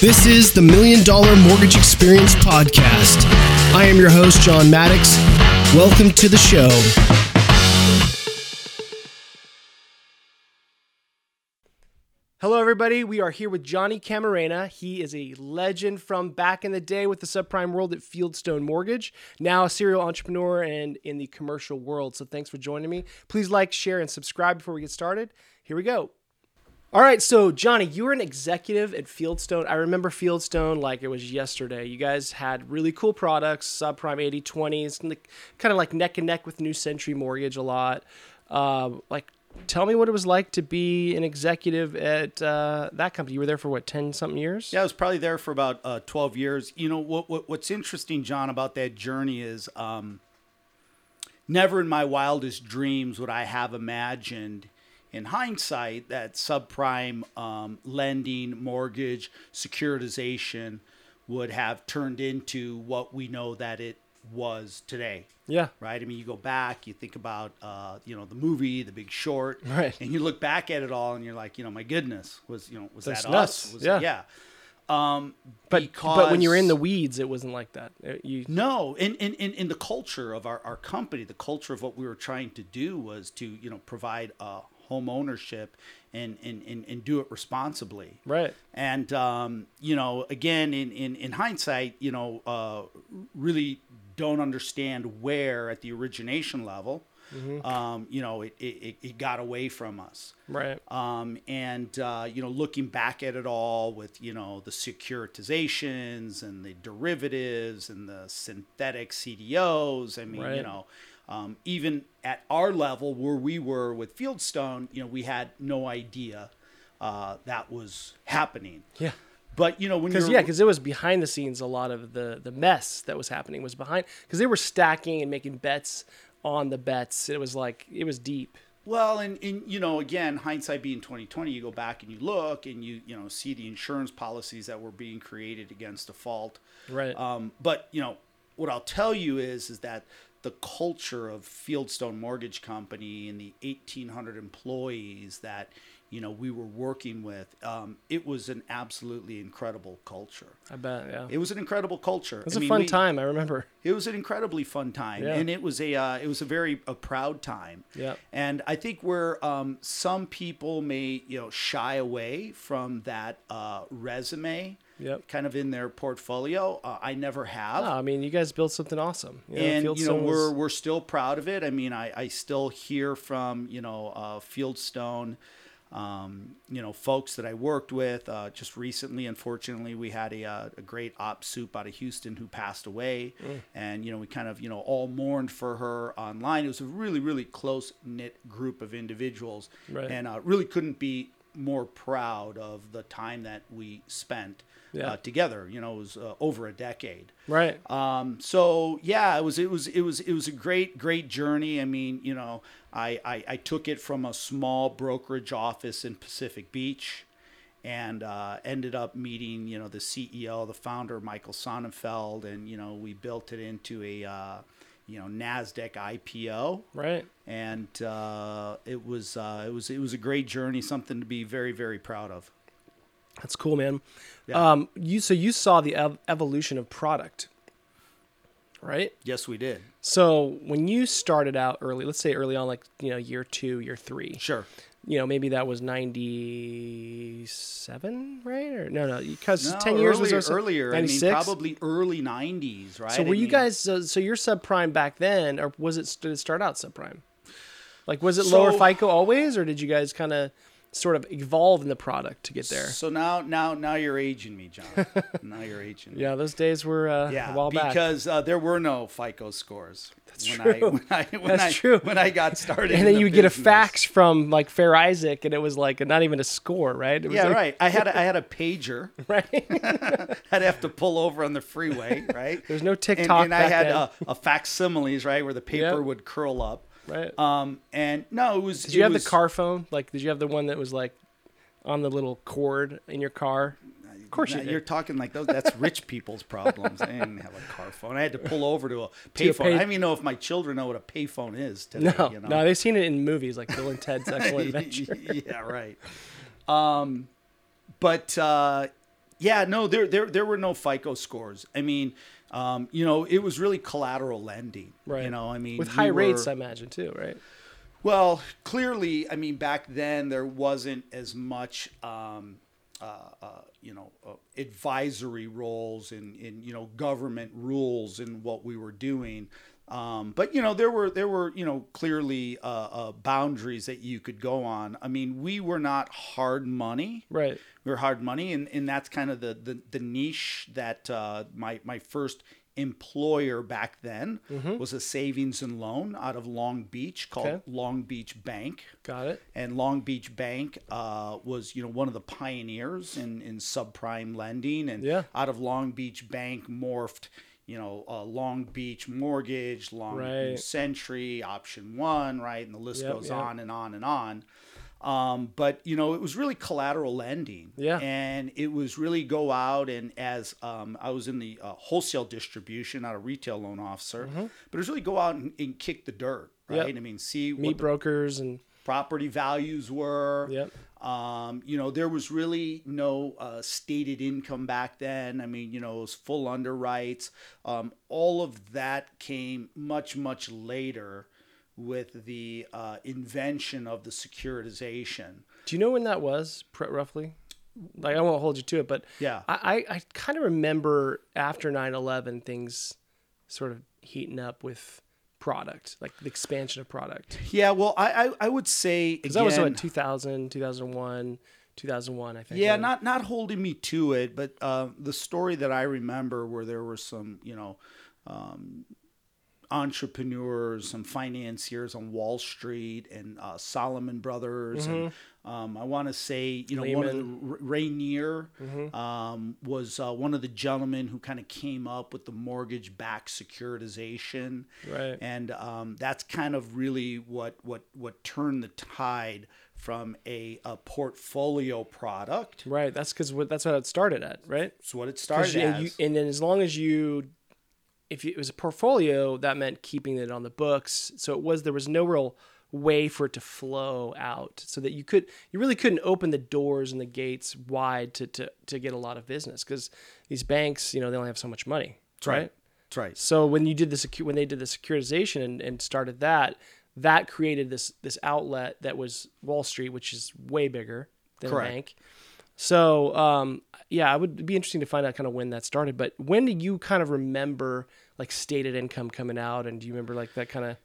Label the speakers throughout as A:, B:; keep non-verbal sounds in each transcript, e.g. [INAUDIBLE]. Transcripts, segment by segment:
A: This is the Million Dollar Mortgage Experience Podcast. I am your host, John Maddox. Welcome to the show. Hello, everybody. We are here with Johnny Camarena. He is a legend from back in the day with the subprime world at Fieldstone Mortgage, now a serial entrepreneur and in the commercial world. So, thanks for joining me. Please like, share, and subscribe before we get started. Here we go. All right, so Johnny, you were an executive at Fieldstone. I remember Fieldstone like it was yesterday. You guys had really cool products, subprime 8020s, like- kind of like neck and neck with New Century Mortgage a lot. Um, like, tell me what it was like to be an executive at uh, that company. You were there for what, 10 something years?
B: Yeah, I was probably there for about uh, 12 years. You know, what, what what's interesting, John, about that journey is um, never in my wildest dreams would I have imagined, in hindsight, that subprime um, lending, mortgage, securitization would have turned into what we know that it was today
A: Yeah.
B: right? I mean, you go back, you think about, uh, you know, the movie, The Big Short,
A: Right.
B: And you look back at it all, and you're like, you know, my goodness, was you know, was
A: That's
B: that
A: nuts.
B: us? Was,
A: Yeah.
B: Um,
A: But,
B: because
A: but when you're in the weeds, it wasn't like that. It- you,
B: no, in, in, in, in the culture of our, our company, the culture of what we were trying to do was to, you know, provide uh, home ownership and, and, and, and do it responsibly.
A: right.
B: And um, you know, again, in in, in hindsight, you know, uh, really don't understand where at the origination level, um, you know, it, it it- it got away from us.
A: Right.
B: Um, and uh, you know, looking back at it all with you know the securitizations and the derivatives and the synthetic CDOs. I mean,
A: Right.
B: you know, um, even at our level where we were with Fieldstone, you know, we had no idea uh, that was happening.
A: Yeah.
B: But you know, when
A: Because
B: you're
A: yeah, because it was behind the scenes. A lot of the the mess that was happening was behind because they were stacking and making bets on the bets. It was like it was deep.
B: Well, and, and you know, again, hindsight being twenty twenty, you go back and you look and you you know see the insurance policies that were being created against default.
A: Right.
B: Um, but you know what I'll tell you is is that the culture of Fieldstone Mortgage Company and the eighteen hundred employees that you know we were working with, um, it was an absolutely incredible culture.
A: I bet. Yeah. It
B: It was an incredible culture. It
A: was a fun
B: we,
A: time. I remember.
B: it was an incredibly fun time,
A: Yeah.
B: and it was a uh, it was a very a proud time.
A: Yep.
B: And I think where um, some people may you know shy away from that uh, resume,
A: Yep.
B: kind of in their portfolio, uh, I never have.
A: No, I mean, you guys built something awesome. You know,
B: and you know
A: Fieldstone was-
B: we're we're still proud of it. I mean, I, I still hear from you know uh, Fieldstone, um, you know folks that I worked with uh, just recently. Unfortunately, we had a, uh, a great op soup out of Houston who passed away,
A: Mm.
B: and you know we kind of you know all mourned for her online. It was a really really close knit group of individuals,
A: Right.
B: and uh, really couldn't be more proud of the time that we spent
A: Yeah.
B: uh, together. You know, it was uh, over a decade.
A: right.
B: Um, so yeah, it was it was it was it was a great great journey. I mean, you know, I I, I took it from a small brokerage office in Pacific Beach, and uh, ended up meeting you know the CEO, the founder Michael Sonnenfeld, and you know we built it into a uh, you know Nasdaq IPO,
A: right.
B: and uh, it was uh, it was it was a great journey, something to be very very proud of.
A: That's cool, man.
B: Yeah.
A: Um, you so you saw the ev- evolution of product, right?
B: Yes, we did.
A: So when you started out early, let's say early on, like you know, year two, year three.
B: Sure.
A: you know, maybe that was 97, right? Or no, no, because
B: No,
A: 10 years
B: earlier,
A: was
B: earlier. I
A: 96?
B: mean, probably early '90s, right?
A: So
B: I
A: were you
B: mean,
A: guys, uh, so you're subprime back then, or was it, did it start out subprime? Like, was it lower
B: So-
A: FICO always, or did you guys kind of sort of evolve in the product to get there?
B: So now, now, now you're aging
A: [LAUGHS]
B: me, John. now you're aging. me.
A: Yeah, those days were uh,
B: Yeah,
A: a while back.
B: because uh, there were no FICO scores. That's when I,
A: true.
B: when I, when
A: That's
B: I,
A: true.
B: When I got
A: [LAUGHS]
B: started,
A: and
B: in
A: then
B: the
A: you would get a
B: business.
A: fax from like Fair Isaac, and it was like not even a score, right? It was
B: Yeah,
A: like-
B: right. I had a,
A: [LAUGHS]
B: I had a pager.
A: Right?
B: I'd have to pull over on the freeway, right?
A: [LAUGHS] There's no
B: and,
A: TikTok.
B: and I
A: back
B: had
A: then.
B: uh a facsimiles, right, where the paper
A: Yep.
B: would curl up. [LAUGHS]
A: Right.
B: Um, and no, it was.
A: Did you have the car phone? Like, did you have the one that was like on the little cord in your car? Of course you
B: You're
A: did.
B: talking like those. That's rich people's problems. I didn't have a car phone. I had to pull
A: [LAUGHS]
B: over to a
A: a
B: payphone.
A: pay-
B: I don't even know if my children know what a payphone
A: [LAUGHS]
B: is today.
A: No,
B: you know? [LAUGHS]
A: no, Oh, they've seen it in movies like Bill and Ted's Excellent Adventure.
B: yeah, right. Um, but uh, Yeah, no, there there there were no FICO scores. I mean, um, you know, it was really collateral lending.
A: Right.
B: You know, I mean,
A: with
B: we
A: high rates,
B: were-
A: I imagine too, right?
B: well, clearly, I mean, back then there wasn't as much, um, uh, uh, you know, uh, advisory roles and in you know government rules and what we were doing. Um, but you know, there were there were you know clearly uh, uh, boundaries that you could go on. I mean, we were not hard money
A: Right.
B: we were hard money and, and that's kind of the, the, the niche that uh, my, my first employer back then was a savings and loan out of long beach called
A: Okay.
B: long beach bank
A: Got it.
B: and long beach bank uh, was you know one of the pioneers in, in subprime lending and
A: Yeah.
B: out of long beach bank morphed you know uh, long beach mortgage long
A: Right.
B: century option one right and the list
A: Yep,
B: goes
A: yep.
B: on and on and on um, but you know, it was really collateral lending.
A: Yeah.
B: And it was really go out and as um, I was in the uh, wholesale distribution, not a retail loan officer, but it was really go out and, and kick the dirt,
A: Mm-hmm. Yep.
B: right? I mean, see
A: Meat
B: what the
A: brokers and
B: property values were.
A: Yep.
B: Um, you know, there was really no uh, stated income back then. I mean, you know, it was full underwrites. Um, all of that came much, much later with the uh, invention of the securitization.
A: Do you know when that was, pr- roughly? Like, I won't hold you to it, but
B: Yeah.
A: I, I, I kind of remember after 9 11 things sort of heating up with product, like the expansion of product.
B: Yeah, well, I I, I would say again,
A: Because that was what, 2000, 2001, 2001, I think.
B: yeah,
A: right?
B: not not holding me to it, but uh, the story that I remember where there were some you know entrepreneurs, some financiers on Wall Street, and uh, Solomon Brothers,
A: Mm-hmm.
B: and um, I want to say you know one of the R- Rainier
A: Mm-hmm.
B: um, was uh, one of the gentlemen who kind of came up with the mortgage-backed securitization,
A: Right.
B: And um, that's kind of really what what what turned the tide from a, a portfolio product.
A: Right. That's because that's what it started at, right?
B: It's what it
A: 'Cause
B: started
A: you-
B: as.
A: you- and then as long as you, if you, it was a portfolio, that meant keeping it on the books. So it was there was no real way for it to flow out, so that you could you really couldn't open the doors and the gates wide to to, to get a lot of business because these banks, you know, they only have so much money,
B: that's right. That's right.
A: So when you did the secu- when they did the securitization and, and started that, that created this this outlet that was Wall Street, which is way bigger than
B: Correct.
A: a bank. So um, yeah, it would be interesting to find out kind of when that started. But when do you kind of remember like stated income coming out, and do you remember like that kind of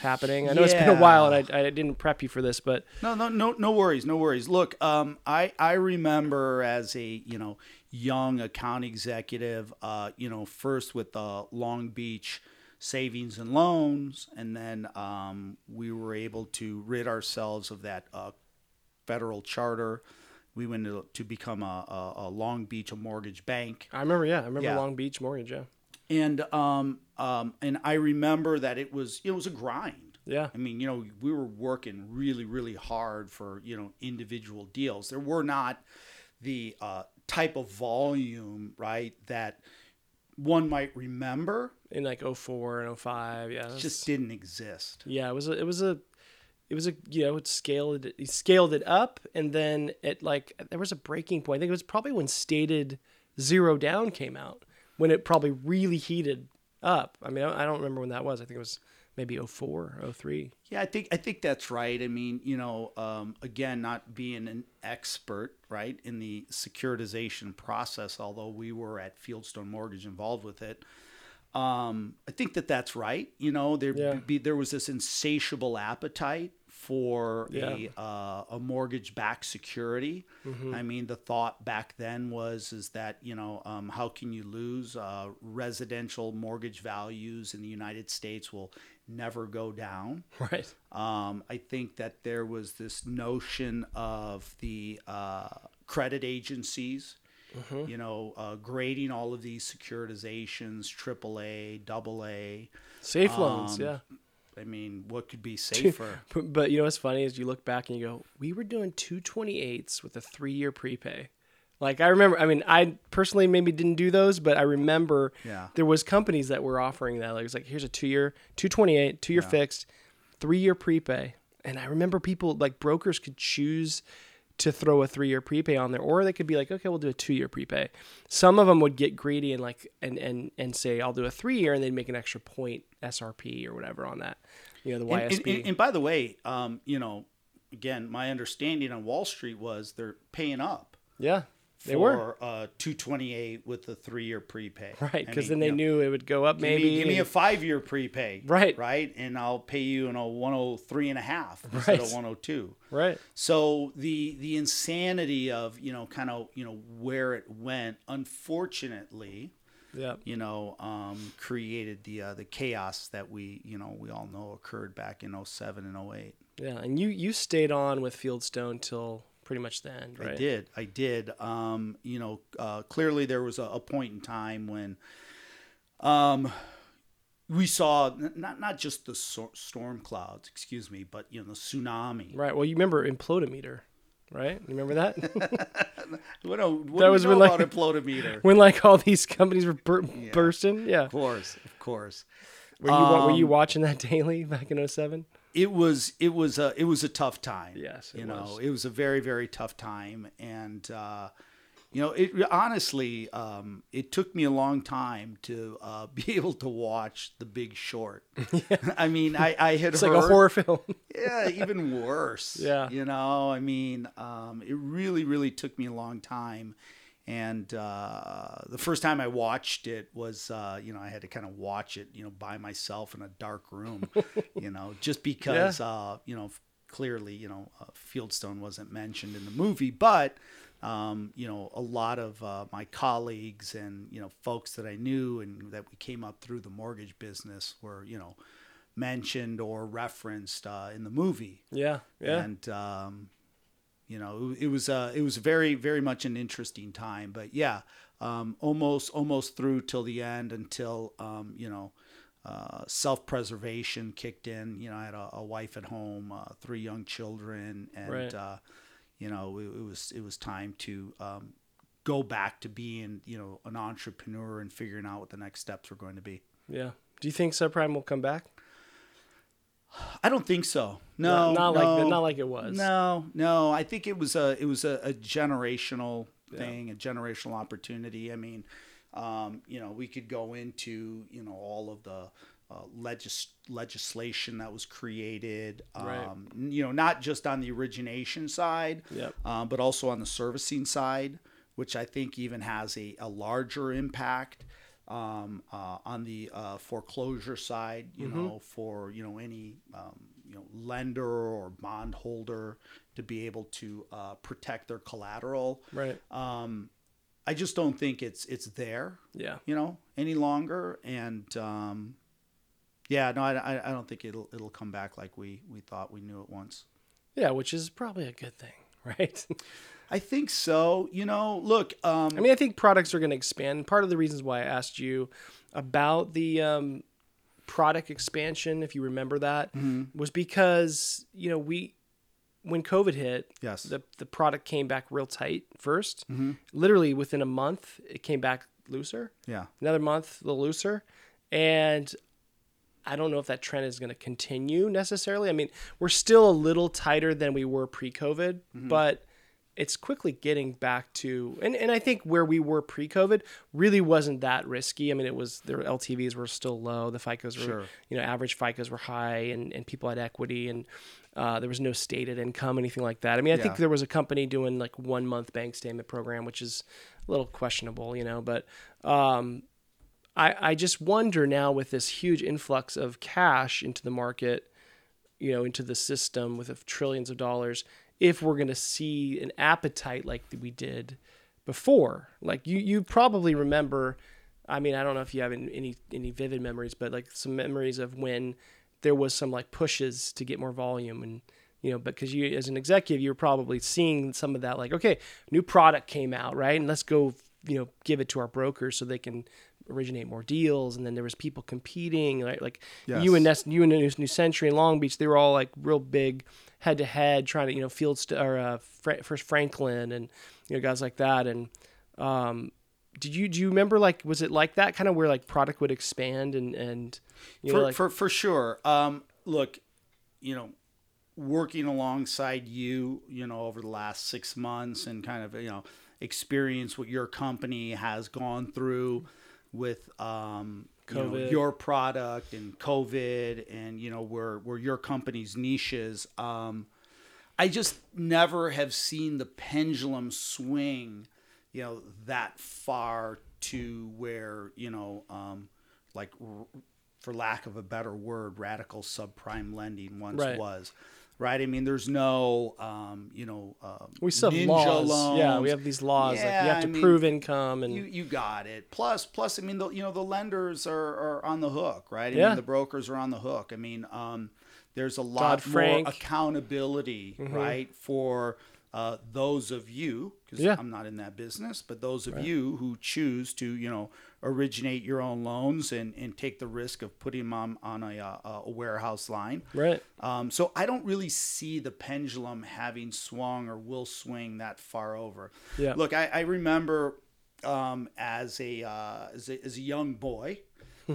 A: happening? I know it's been a while, and I, I didn't prep you for this, but
B: No, no, no, no worries, no worries. Look, um, I I remember as a you know young account executive, uh, you know, first with uh, Long Beach Savings and Loans, and then um, we were able to rid ourselves of that uh, federal charter. We went to, to become a, a, a Long Beach a mortgage bank,
A: I remember yeah, I remember
B: Yeah.
A: Long Beach Mortgage, yeah,
B: and um, um, and I remember that it was it was a grind.
A: yeah,
B: I mean, you know, we were working really, really hard for, you know, individual deals. There were not the uh, type of volume, right, that one might remember.
A: in like 04 and 05, yeah,
B: It
A: that's-
B: just didn't exist.
A: Yeah, it was a, it was a it was a you know it scaled it scaled it up and then it like there was a breaking point. I think it was probably when stated zero down came out when it probably really heated up. I mean, I I don't remember when that was. I think it was maybe 04, 03.
B: Yeah, I think I think that's right. I mean, you know, um, again, not being an expert, right, in the securitization process, although we were at Fieldstone Mortgage involved with it. Um, I think that that's right. You know, there
A: Yeah.
B: be, there was this insatiable appetite for
A: Yeah. Mm-hmm.
B: a uh, a mortgage backed security. I mean, the thought back then was is that you know um, how can you lose uh, residential mortgage values in the United States will never go down.
A: Right.
B: Um, I think that there was this notion of the uh, credit agencies,
A: Mm-hmm.
B: you know, uh, grading all of these securitizations, AAA, AA.
A: Safe loans,
B: Um,
A: yeah.
B: I mean, what
A: [LAUGHS]
B: could be safer?
A: But, but you know what's funny is you look back and you go, we were doing 228s with a three year prepay. Like I remember, I mean, I personally maybe didn't do those, but I remember
B: Yeah.
A: there was companies that were offering that. Like it's like here's a two year, 228, two year fixed, three year prepay. And I remember people like brokers could choose to throw a three year prepay on there, or they could be like, okay, we'll do a two year prepay. Some of them would get greedy and like and and and say I'll do a three year, and they'd make an extra point SRP or whatever on that. You know the
B: And,
A: YSP.
B: and, and, and by the way, um, you know, again, my understanding on Wall Street was they're paying up.
A: yeah, they
B: for,
A: were
B: uh, 228 with the three-year prepay.
A: right
B: I
A: because then
B: mean,
A: they
B: you know,
A: knew it would go up
B: give
A: maybe.
B: me- give me a
A: and-
B: five-year prepay.
A: Right.
B: Right. And I'll pay you in a 103 and a half instead of
A: Right.
B: 102.
A: right.
B: So the the insanity of you know kind of you know where it went, unfortunately,
A: Yeah.
B: you know, um, created the uh, the chaos that we you know we all know occurred back in 07 and 08.
A: Yeah. And you you stayed on with Fieldstone till pretty much the end, right?
B: I did. I did. Um, you know, uh, clearly there was a, a point in time when um, we saw n- not not just the sor- storm clouds, excuse me, but you know the tsunami.
A: Right. Well, you remember Implodometer, right? You remember that? [LAUGHS]
B: [LAUGHS] What, do- what
A: That
B: do we
A: was
B: know
A: when, like-
B: about Implodometer?
A: [LAUGHS] when like all these companies were bur- bursting. Yeah.
B: of course, of course.
A: Were you wa-
B: um,
A: were you watching that [LAUGHS] daily back in 07?
B: it was it was a it was a tough time.
A: Yes, it
B: you know
A: was.
B: it was a very very tough time, and uh, you know it honestly um, it took me a long time to uh, [LAUGHS] be able to watch The Big Short.
A: [LAUGHS]
B: I mean, I I had
A: It's
B: heard,
A: like a horror
B: [LAUGHS]
A: film. [LAUGHS]
B: yeah, even worse.
A: Yeah.
B: You know, I mean, um, it really, really took me a long time. And uh, the first time I watched it was, uh, you know, I had to kind of watch it, you know, by myself in a dark room, you know, just because, uh, you know, clearly, you know, uh, Fieldstone wasn't mentioned in the movie, but. Um, you know, a lot of uh, my colleagues and you know folks that I knew and that we came up through the mortgage business were you know mentioned or referenced uh, in the movie.
A: yeah. Yeah.
B: And um, you know, it, it was uh, it was very very much an interesting time. But yeah, um, almost almost through till the end until um, you know. Uh, self-preservation kicked in. You know, I had a, a wife at home, uh, three young children, and
A: Right.
B: uh, you know, it, it was it was time to um, go back to being you know an entrepreneur and figuring out what the next steps were going to be.
A: yeah. Do you think subprime will come back?
B: I don't think so. No,
A: not
B: no.
A: like not like it was.
B: No, no. I think it was a it was a, a generational thing, a generational opportunity. I mean, um, you know, we could go into you know all of the uh, legis- legislation that was created. Um,
A: Right.
B: n- You know, not just on the origination side,
A: Yep.
B: um, but also on the servicing side, which I think even has a, a larger impact um, uh, on the uh, foreclosure side. You
A: Mm-hmm.
B: know, for you know any um, you know lender or bondholder to be able to uh, protect their collateral.
A: Right.
B: Um, I just don't think it's it's there,
A: Yeah.
B: you know, any longer. And um, yeah, no, I, I- I don't think it'll it'll come back like we we thought we knew it once.
A: Yeah, which is probably a good thing, [LAUGHS] right?
B: I think so. You know, look. Um,
A: I mean, I think products are going to expand. Part of the reasons why I asked you about the um, product expansion, if you remember that, was because you know we when COVID hit,
B: Yes.
A: the the product came back real tight 1st Literally within a month, it came back looser.
B: yeah.
A: Another month, a little looser, and I don't know if that trend is going to continue necessarily. I mean, we're still a little tighter than we were pre-COVID,
B: Mm-hmm.
A: but it's quickly getting back to and, and I think where we were pre-COVID really wasn't that risky. I mean, it was their LTVs were still low, the FICOs were
B: Sure.
A: you know average FICOs were high, and and people had equity, and uh, there was no stated income, anything like that. I mean, I think
B: Yeah.
A: there was a company doing like one month bank statement program, which is a little questionable, you know, but. Um, I, I just wonder now with this huge influx of cash into the market, you know, into the system with of trillions of dollars, if we're going to see an appetite like we did before. Like you, you probably remember. I mean, I don't know if you have any any, any vivid memories, but like some memories of when there was some like pushes to get more volume and you know because you as an executive you were probably seeing some of that like okay new product came out right and let's go you know give it to our brokers so they can originate more deals and then there was people competing right like you and Nest, you and New, New Century and Long Beach they were all like real big head to head trying to you know field st- or uh, Fra- first Franklin and you know guys like that and um did you do you remember like was it like that kind of where like product would expand and and you
B: for,
A: know like
B: for for sure. Um, look, you know, working alongside you, you know, over the last six months and kind of, you know, experience what your company has gone through with um, you know,
A: COVID.
B: your product and COVID and, you know, where, where your company's niches. Um, I just never have seen the pendulum swing, you know, that far to where, you know, um, like, r- for lack of a better word, radical subprime lending once
A: Right.
B: was. Right. I mean, there's no, um, you know, um,
A: We still have
B: ninja
A: laws. Yeah, we
B: loans.
A: have these laws. like you
B: Yeah,
A: have to
B: I mean,
A: prove income and
B: You, you got it. Plus, plus, I mean, the, you know, the lenders are, are on the hook, right? I
A: Yeah.
B: mean, the brokers are on the hook. I mean, um, there's a lot
A: Dodd-Frank.
B: more accountability,
A: Mm-hmm.
B: right, for uh, those of you, because
A: Yeah.
B: I'm not in that business, but those of you who choose to, you know, originate your own loans and, and take the risk of putting them on, on a, uh, a warehouse line.
A: right.
B: Um, so I don't really see the pendulum having swung or will swing that far over.
A: Yeah.
B: Look, I, I remember um, as a uh, as a as a young boy. [LAUGHS]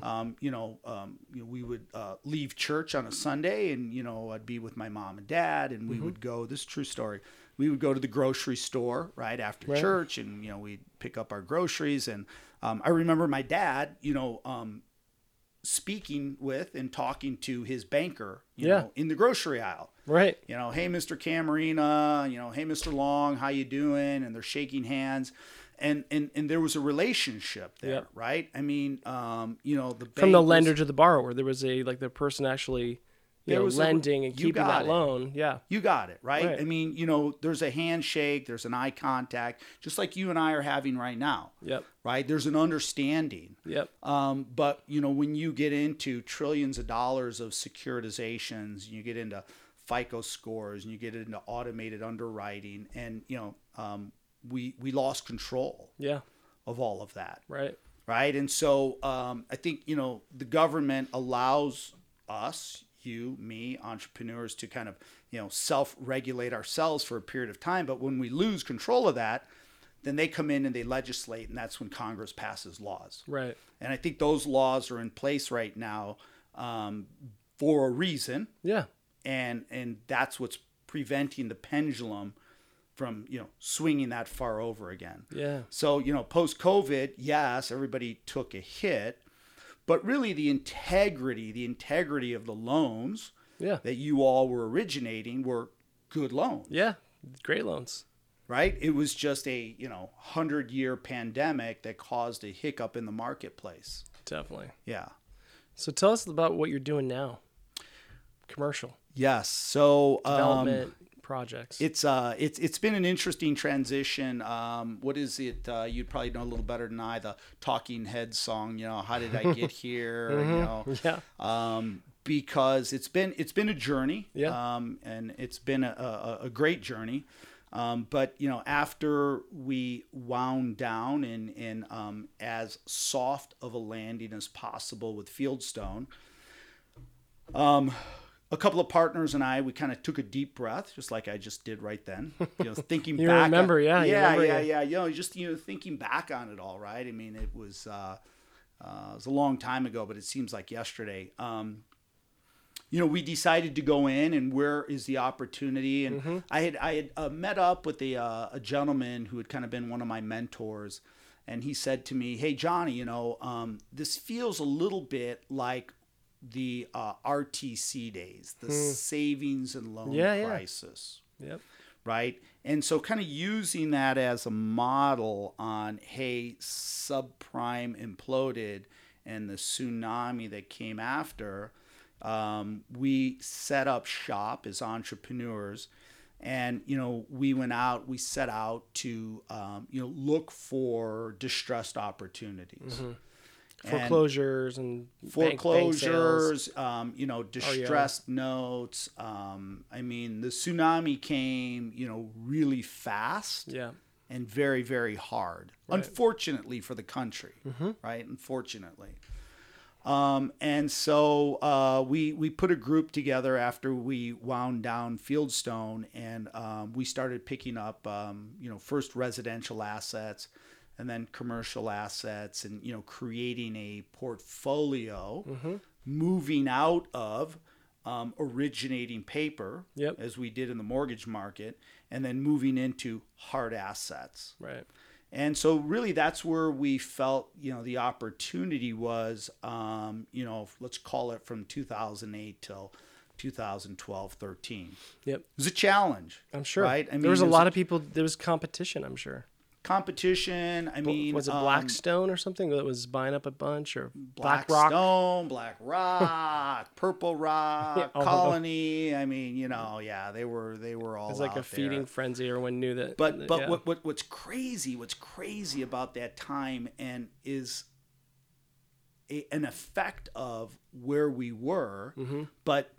B: Um, you know, um, you know, we would uh, leave church on a Sunday, and you know, I'd be with my mom and dad, and we would go. This is a true story. We would go to the grocery store right after church, and you know, we'd pick up our groceries. And um, I remember my dad, you know, um, speaking with and talking to his banker, you
A: Yeah.
B: know, in the grocery aisle.
A: Right.
B: You know, hey Mr. Camarina, you know, hey Mr. Long, how you doing? And they're shaking hands. And and and there was a relationship there,
A: Yep.
B: right? I mean, um, you know, the
A: From the
B: bank was-
A: lender to the borrower, there was a like the person actually, you
B: There
A: know,
B: was a-
A: lending and
B: you
A: keeping
B: got
A: that
B: it.
A: loan. Yeah.
B: You got it, right?
A: Right.
B: I mean, you know, there's a handshake, there's an eye contact, just like you and I are having right now.
A: Yep.
B: Right? There's an understanding.
A: Yep.
B: Um, but you know, when you get into trillions of dollars of securitizations, you get into FICO scores, and you get into automated underwriting, and you know, um, we we lost control
A: Yeah.
B: of all of that,
A: Right.
B: right? And so um, I think you know the government allows us, you, me, entrepreneurs, to kind of you know self-regulate ourselves for a period of time. But when we lose control of that, then they come in and they legislate, and that's when Congress passes laws.
A: Right.
B: And I think those laws are in place right now um, for a reason,
A: Yeah.
B: and and that's what's preventing the pendulum from you know swinging that far over again.
A: Yeah.
B: So you know, post COVID, yes, everybody took a hit, but really the integrity, the integrity of the loans
A: Yeah.
B: that you all were originating were good loans
A: Yeah. Great loans.
B: right? It was just a, you know, 100-year pandemic that caused a hiccup in the marketplace.
A: Definitely.
B: Yeah.
A: So tell us about what you're doing now. Commercial
B: Yes. So um,
A: development projects.
B: it's uh it's it's been an interesting transition. Um, what is it? Uh, you'd probably know a little better than I. The Talking Heads song. You know, how did I
A: [LAUGHS]
B: get here? You know.
A: [LAUGHS] yeah.
B: Um, because it's been it's been a journey.
A: Yeah.
B: Um, and it's been a, a, a great journey. Um, but you know, after we wound down in in um, as soft of a landing as possible with Fieldstone, a couple of partners and I, we kind of took a deep breath, just like I just did right
A: [LAUGHS]
B: then. You know, thinking
A: You
B: back.
A: remember, yeah, you
B: yeah,
A: remember,
B: yeah,
A: yeah.
B: yeah. You know, just you know, thinking back on it all, right? I mean, it was uh, uh, it was a long time ago, but it seems like yesterday. Um, you know, we decided to go in, and where is the opportunity? And
A: Mm-hmm.
B: I had I had uh, met up with a uh, a gentleman who had kind of been one of my mentors, and he said to me, "Hey, Johnny, you know, um, this feels a little bit like." the uh, RTC days, the savings and loan
A: Hmm. Yeah, yeah.
B: crisis,
A: Yep.
B: right? And so, kind of using that as a model on hey, subprime imploded and the tsunami that came after, um, we set up shop as entrepreneurs. And you know, we went out. We set out to um, you know look for distressed opportunities And-
A: Foreclosures and bank- bank sales. Oh,
B: foreclosures, um, you know, distressed notes. Um, I mean, the tsunami came, you know, really fast
A: Yeah.
B: and very, very hard. Unfortunately for the country,
A: Mm-hmm.
B: right? Unfortunately. Um, and so uh, we we put a group together after we wound down Fieldstone, and um, we started picking up, um, you know, first residential assets, and then commercial assets, and you know, creating a portfolio, moving out of um, originating paper,
A: Yep.
B: as we did in the mortgage market, and then moving into hard assets.
A: Right.
B: And so, really, that's where we felt, you know, the opportunity was, um, you know, let's call it from 2008 till 2012, 13. It
A: Yep.
B: was a challenge.
A: I'm sure.
B: Right?
A: there was a
B: it
A: lot of people. There was competition. I'm sure.
B: competition. I mean,
A: was it
B: um,
A: Blackstone or something that was buying up a bunch or Black Rock? [LAUGHS]
B: Blackstone, Black Rock, Purple Rock,
A: all of them.
B: Colony. I mean, you know, yeah, they were they were all
A: It was like a
B: out there.
A: feeding frenzy. Everyone knew that.
B: But but
A: uh, yeah.
B: what, what what's crazy? What's crazy about that time and is a, an effect of where we were.
A: Mm-hmm.
B: But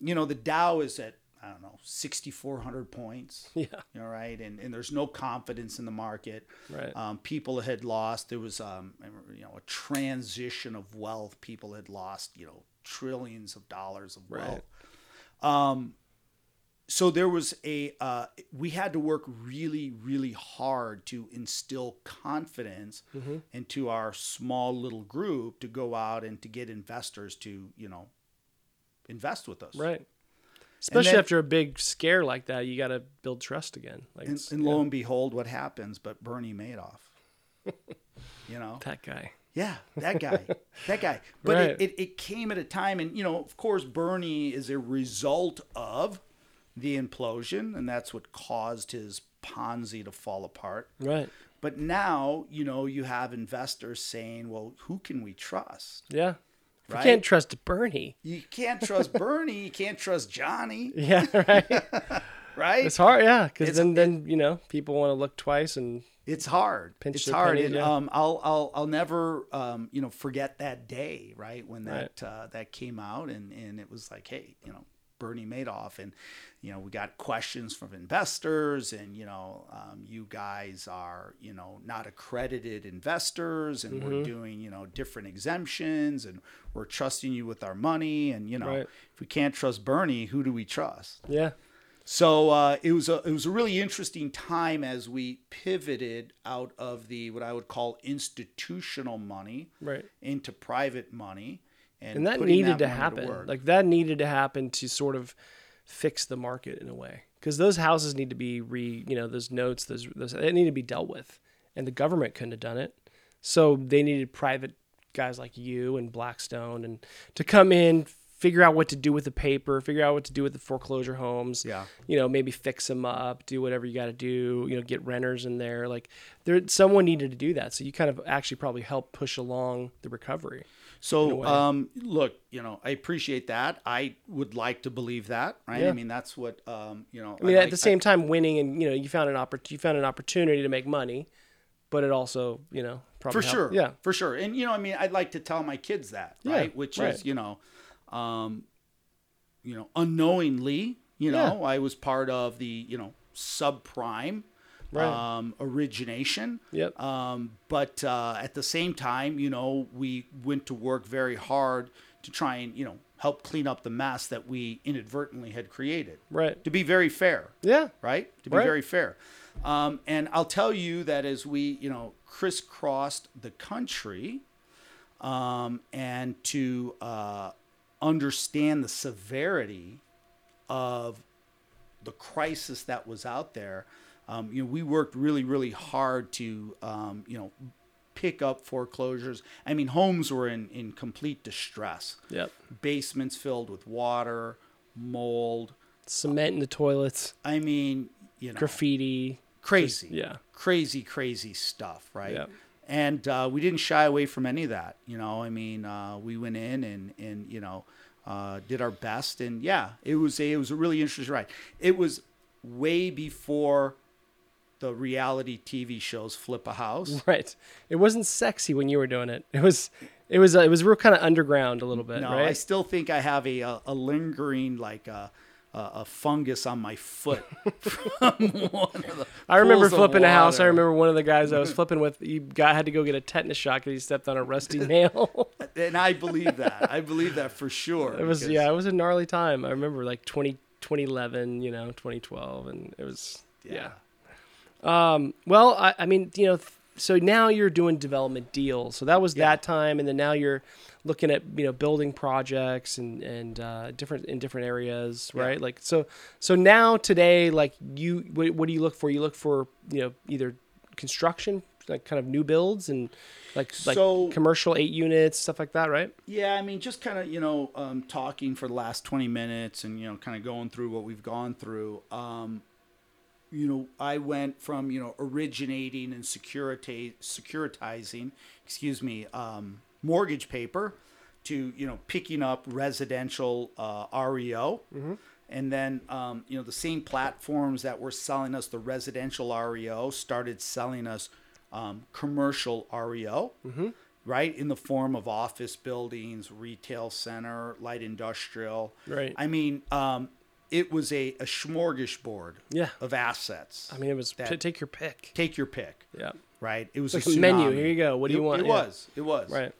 B: you know, the Dow is at I don't know sixty four hundred points.
A: [LAUGHS] Yeah.
B: All right, and and there's no confidence in the market.
A: Right.
B: Um, people had lost. There was um, you know a transition of wealth. People had lost you know trillions of dollars of wealth. Um, so there was a uh, we had to work really really hard to instill confidence
A: Mm-hmm.
B: into our small little group to go out and to get investors to you know invest with us.
A: Right. Especially
B: then-
A: after a big scare like that, you got to build trust again. Like
B: And,
A: it's-
B: and lo and behold, what happens? But
A: [LAUGHS]
B: Bernie Madoff. You know,
A: that guy.
B: Yeah,
A: [LAUGHS]
B: that guy. that guy. But
A: Right.
B: it, it, it came at a time, and, you know, of course, Bernie is a result of the implosion, and that's what caused his Ponzi to fall apart.
A: Right.
B: But now, you know, you have investors saying, well, who can we trust?
A: Yeah. If
B: Right?
A: You can't trust Bernie.
B: You
A: [LAUGHS]
B: can't trust Bernie. You can't trust Johnny,
A: Yeah. [LAUGHS] Right.
B: right?
A: it's
B: It's,
A: hard. Yeah. Because then, then you know, people want to look twice and
B: hard.
A: Pinch
B: it's
A: their
B: hard.
A: pennies,
B: and
A: yeah.
B: um, I'll, I'll, I'll never, um, you know, forget that day, right? When that, uh, that came out and, and it was like, hey, you know, Bernie Madoff. And, you know, we got questions from investors and, you know, um, you guys are, you know, not accredited investors and
A: Mm-hmm.
B: we're doing, you know, different exemptions and we're trusting you with our money. And, you know,
A: Right.
B: if we can't trust Bernie, who do we trust?
A: yeah.
B: So uh, it was a it was a really interesting time as we pivoted out of the what I would call institutional money
A: Right.
B: into private money, and,
A: And that
B: putting
A: needed to
B: money
A: happen.
B: work.
A: like that needed to happen to sort of fix the market in a way. Because those houses need to be re, you know, those notes, those, those, they need to be dealt with. And the government couldn't have done it. So they needed private guys like you and Blackstone and to come in, figure out what to do with the paper, figure out what to do with the foreclosure homes.
B: Yeah.
A: You know, maybe fix them up, do whatever you got to do, you know, get renters in there. Like there, someone needed to do that. So you kind of actually probably helped push along the recovery.
B: So, um, look, you know, I appreciate that. I would like to believe that, right?
A: Yeah.
B: I mean, that's what, um, you know.
A: I mean, at the same time, winning and you know, you found an oppor- you found an opportunity to make money, but it also, you know, probably
B: for sure,
A: helped. Yeah,
B: for sure. And you know, I mean, I'd like to tell my kids that,
A: Yeah,
B: right? Which
A: right.
B: is, you know, um, you know, unknowingly, you
A: Yeah.
B: know, I was part of the, you know, subprime
A: Right.
B: um, origination.
A: Yep.
B: Um, but uh, at the same time, you know, we went to work very hard to try and, you know, help clean up the mess that we inadvertently had created.
A: right.
B: To be very fair
A: Yeah,
B: right? To be
A: Right.
B: very fair. Um, and I'll tell you that as we, you know, crisscrossed the country um, and to uh, understand the severity of the crisis that was out there, um, you know, we worked really, really hard to, um, you know, pick up foreclosures. I mean, homes were in, in complete distress.
A: yep.
B: Basements filled with water, mold.
A: Cement in the toilets,
B: I mean, you know,
A: graffiti. [LAUGHS]
B: crazy
A: Yeah.
B: crazy crazy stuff right
A: Yep.
B: and uh, we didn't shy away from any of that you know i mean uh, we went in and and you know uh, did our best and yeah it was a it was a really interesting ride it was way before the reality tv shows flip a house
A: Right. It wasn't sexy when you were doing it. It was, it was, uh, it was real kind of underground a little bit,
B: no i
A: right?
B: still think i have a a, a lingering like a, a a fungus on
A: [LAUGHS]
B: my foot from one of the
A: I, remember
B: pools of
A: flipping a house. I
B: water.
A: remember one of the guys
B: [LAUGHS]
A: I was flipping with. He got had to go get a tetanus shot because he stepped on a rusty [LAUGHS] nail.
B: and i believe that i believe that for sure
A: it was
B: because-
A: yeah, it was a gnarly time. I remember like 20, 2011, you know, 2012 and it was yeah. Um well, I, I mean, you know, th- so now you're doing development deals. So that was that time, and then now you're looking at you know building projects and and uh, different in different areas, right? Like so so now today, like you, what, what do you look for? You look for you know either construction, like kind of new builds, and like like
B: So-
A: commercial eight units, stuff like that, right?
B: Yeah, I mean, just kind of you know um, talking for the last twenty minutes, and you know, kind of going through what we've gone through. Um, you know, I went from you know originating and securita- securitizing, excuse me, um, mortgage paper, to you know picking up residential uh, REO, and then um, you know the same platforms that were selling us the residential REO started selling us um, commercial REO right in the form of office buildings retail center light industrial
A: Right.
B: i mean um, it was a, a smorgasbord
A: Yeah.
B: of assets
A: I mean, it was
B: That-
A: t- take your pick.
B: take your pick
A: Yeah,
B: right it was
A: Like
B: a
A: a menu.
B: tsunami.
A: Here you go. What do
B: It-
A: you want?
B: it
A: Yeah.
B: was it was
A: right.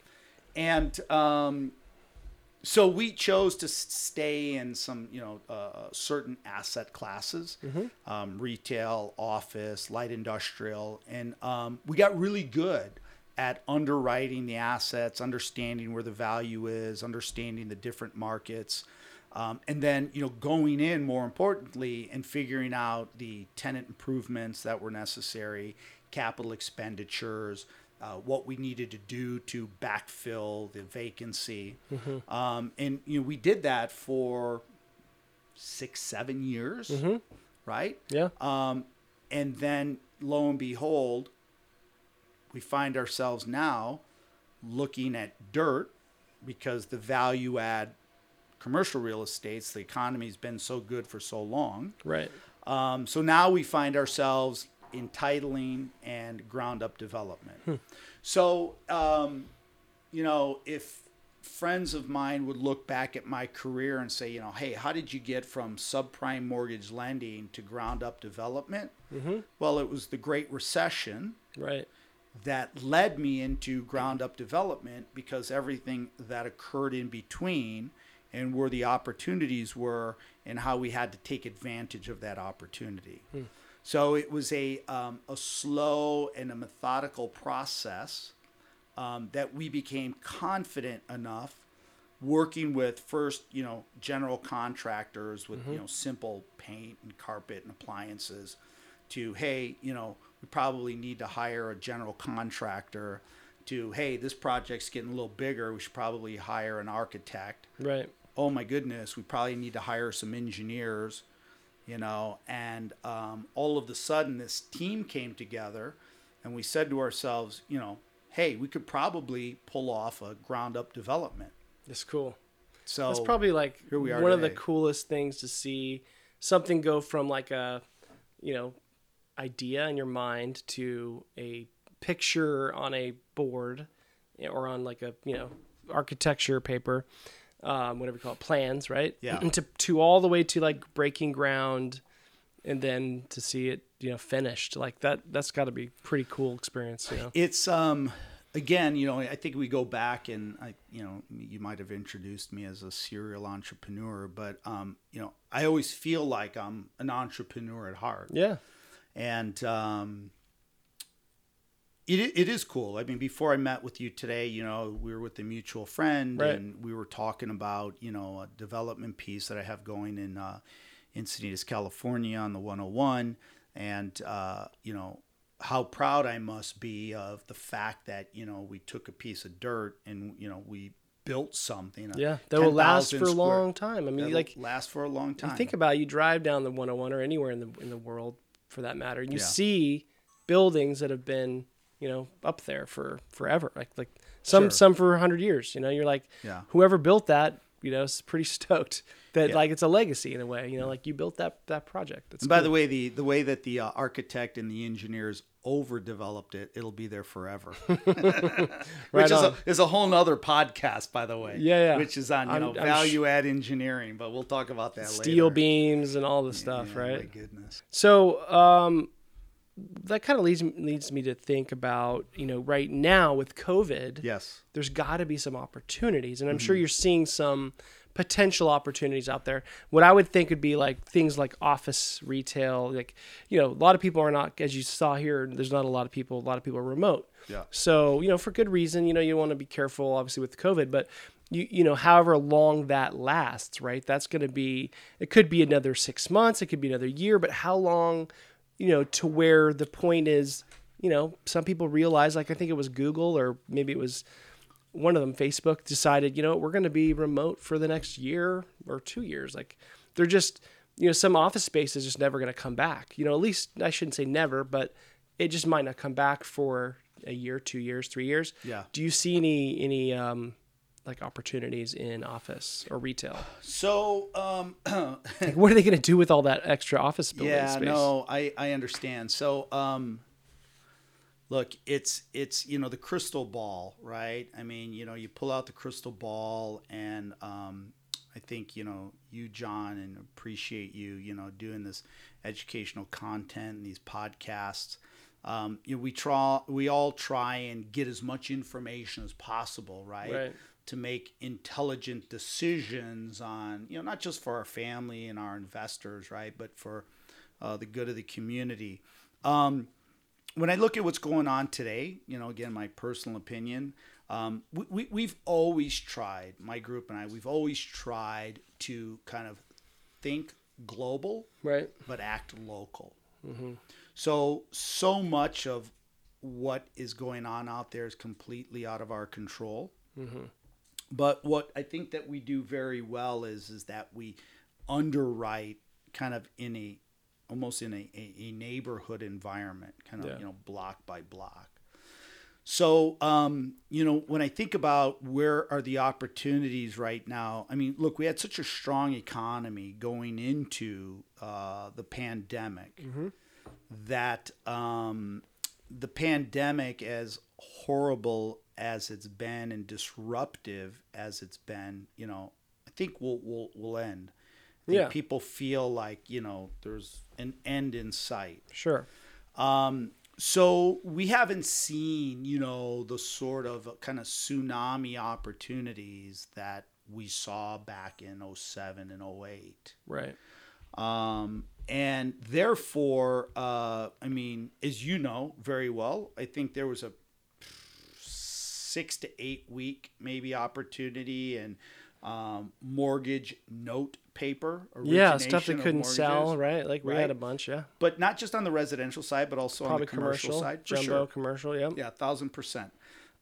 B: and um, so we chose to s- stay in some you know uh, certain asset classes
A: Mm-hmm.
B: um, retail office light industrial and um, we got really good at underwriting the assets understanding where the value is understanding the different markets um, and then you know going in more importantly and figuring out the tenant improvements that were necessary capital expenditures uh, what we needed to do to backfill the vacancy um, and you know we did that for six seven years right
A: Yeah.
B: um, and then lo and behold we find ourselves now looking at dirt because the value add commercial real estates the economy's been so good for so long
A: Right.
B: um, so now we find ourselves entitling and ground up development. So, um, you know, if friends of mine would look back at my career and say, you know, hey, how did you get from subprime mortgage lending to ground up development? Well, it was the Great Recession
A: Right.
B: that led me into ground up development because everything that occurred in between and where the opportunities were and how we had to take advantage of that opportunity. So it was a, um, a slow and a methodical process um, that we became confident enough working with first you know general contractors with you know simple paint and carpet and appliances to hey you know we probably need to hire a general contractor to hey this project's getting a little bigger we should probably hire an architect
A: Right.
B: oh my goodness, we probably need to hire some engineers, you know. And um, all of a sudden, this team came together, and we said to ourselves, you know, hey, we could probably pull off a ground up development.
A: That's cool.
B: So
A: That's probably like
B: Oh, here we are
A: one of the
B: today.
A: coolest things to see something go from like a, you know, idea in your mind to a picture on a board eh, or on like a, you know, architecture paper, um, whatever you call it, plans, right? [CLEARS THROAT]
B: Yeah.
A: to, to all the way to like breaking ground and then to see it, you know, finished like that, that's gotta be pretty cool experience, you know?
B: it's um again you know i think we go back and i you know you might have introduced me as a serial entrepreneur but um you know i always feel like i'm an entrepreneur at heart
A: Yeah.
B: and um, it i- it is cool. I mean, before I met with you today, you know, we were with a mutual friend,
A: Right.
B: and we were talking about you know a development piece that I have going in uh, Encinitas, California, on the 101, and uh, you know how proud I must be of the fact that you know we took a piece of dirt and you know we built something. a
A: Yeah. That will last
B: 10,000
A: for a
B: square-
A: long time. I mean,
B: that'll
A: like,
B: last for a long time.
A: you think about it, you drive down the 101 or anywhere in the in the world for that matter and you
B: Yeah.
A: see buildings that have been you know up there for forever like like some
B: Sure.
A: some for 100 years you know you're like
B: Yeah.
A: whoever built that you know is pretty [LAUGHS] stoked that
B: Yeah.
A: like it's a legacy in a way you know like you built that that project it's
B: And by the way, the the way that the uh, architect and the engineers overdeveloped it, it'll be there
A: [LAUGHS]
B: forever. [LAUGHS] Which is a,
A: on.
B: is a whole nother podcast, by the way.
A: Yeah, yeah.
B: Which is on you
A: I'm-
B: know
A: I'm sh-
B: value add engineering, but we'll talk about that
A: steel
B: later.
A: beams and all the stuff
B: Oh,
A: right
B: My goodness.
A: So um, that kind of leads leads me to think about you know right now with COVID.
B: Yes.
A: there's got to be some opportunities, and I'm sure you're seeing some potential opportunities out there. What I would think would be like things like office retail, like you know, a lot of people are not as you saw here. There's not a lot of people. A lot of people are remote.
B: Yeah.
A: So you know, for good reason. You know, you want to be careful, obviously, with COVID, but you you know, however long that lasts, right? That's going to be. It could be another six months. It could be another year. But how long? You know, to where the point is. You know, some people realize, like I think it was Google or maybe it was one of them, Facebook, decided, you know, what, we're going to be remote for the next year or two years. Like, they're just, you know, some office space is just never going to come back. You know, at least I shouldn't say never, but it just might not come back for a year, two years, three years.
B: Yeah.
A: Do you see any any um, like opportunities in office or
B: [LAUGHS]
A: retail?
B: So, um,
A: Like, what are they going to do with all that extra office building
B: yeah,
A: space?
B: no, I, I understand. So, um, look, it's, it's, you know, the crystal ball, right? I mean, you know, you pull out the crystal ball and, um, I think, you know, you, John, and appreciate you, you know, doing this educational content and these podcasts. Um, you know, we try, we all try and get as much information as possible, right?
A: Right.
B: to make intelligent decisions on you know not just for our family and our investors right but for uh, the good of the community um, when i look at what's going on today you know again my personal opinion um, we, we, we've always tried my group and i we've always tried to kind of think global
A: Right.
B: but act local. So so much of what is going on out there is completely out of our control. But what I think that we do very well is is that we underwrite kind of in a almost in a, a, a neighborhood environment, kind of
A: Yeah.
B: you know block by block. So, um, you know, when I think about where are the opportunities right now, I mean, look, we had such a strong economy going into uh, the pandemic that um, the pandemic, as horrible as it's been and disruptive as it's been, you know, I think will will will end. I think
A: Yeah.
B: people feel like you know there's an end in sight.
A: Sure.
B: Um, so we haven't seen, you know, the sort of kind of tsunami opportunities that we saw back in 07 and 08.
A: Right.
B: Um, and therefore, uh, I mean, as you know very well, I think there was a six to eight week maybe opportunity and um, mortgage note paper.
A: Yeah. Stuff
B: origination
A: that
B: of
A: couldn't
B: mortgages
A: sell. Right. Like we had
B: Right.
A: a bunch. Yeah.
B: but not just on the residential side, but also on
A: Probably
B: the commercial,
A: commercial.
B: side. For
A: Jumbo
B: sure.
A: commercial. Yep.
B: Yeah, thousand percent.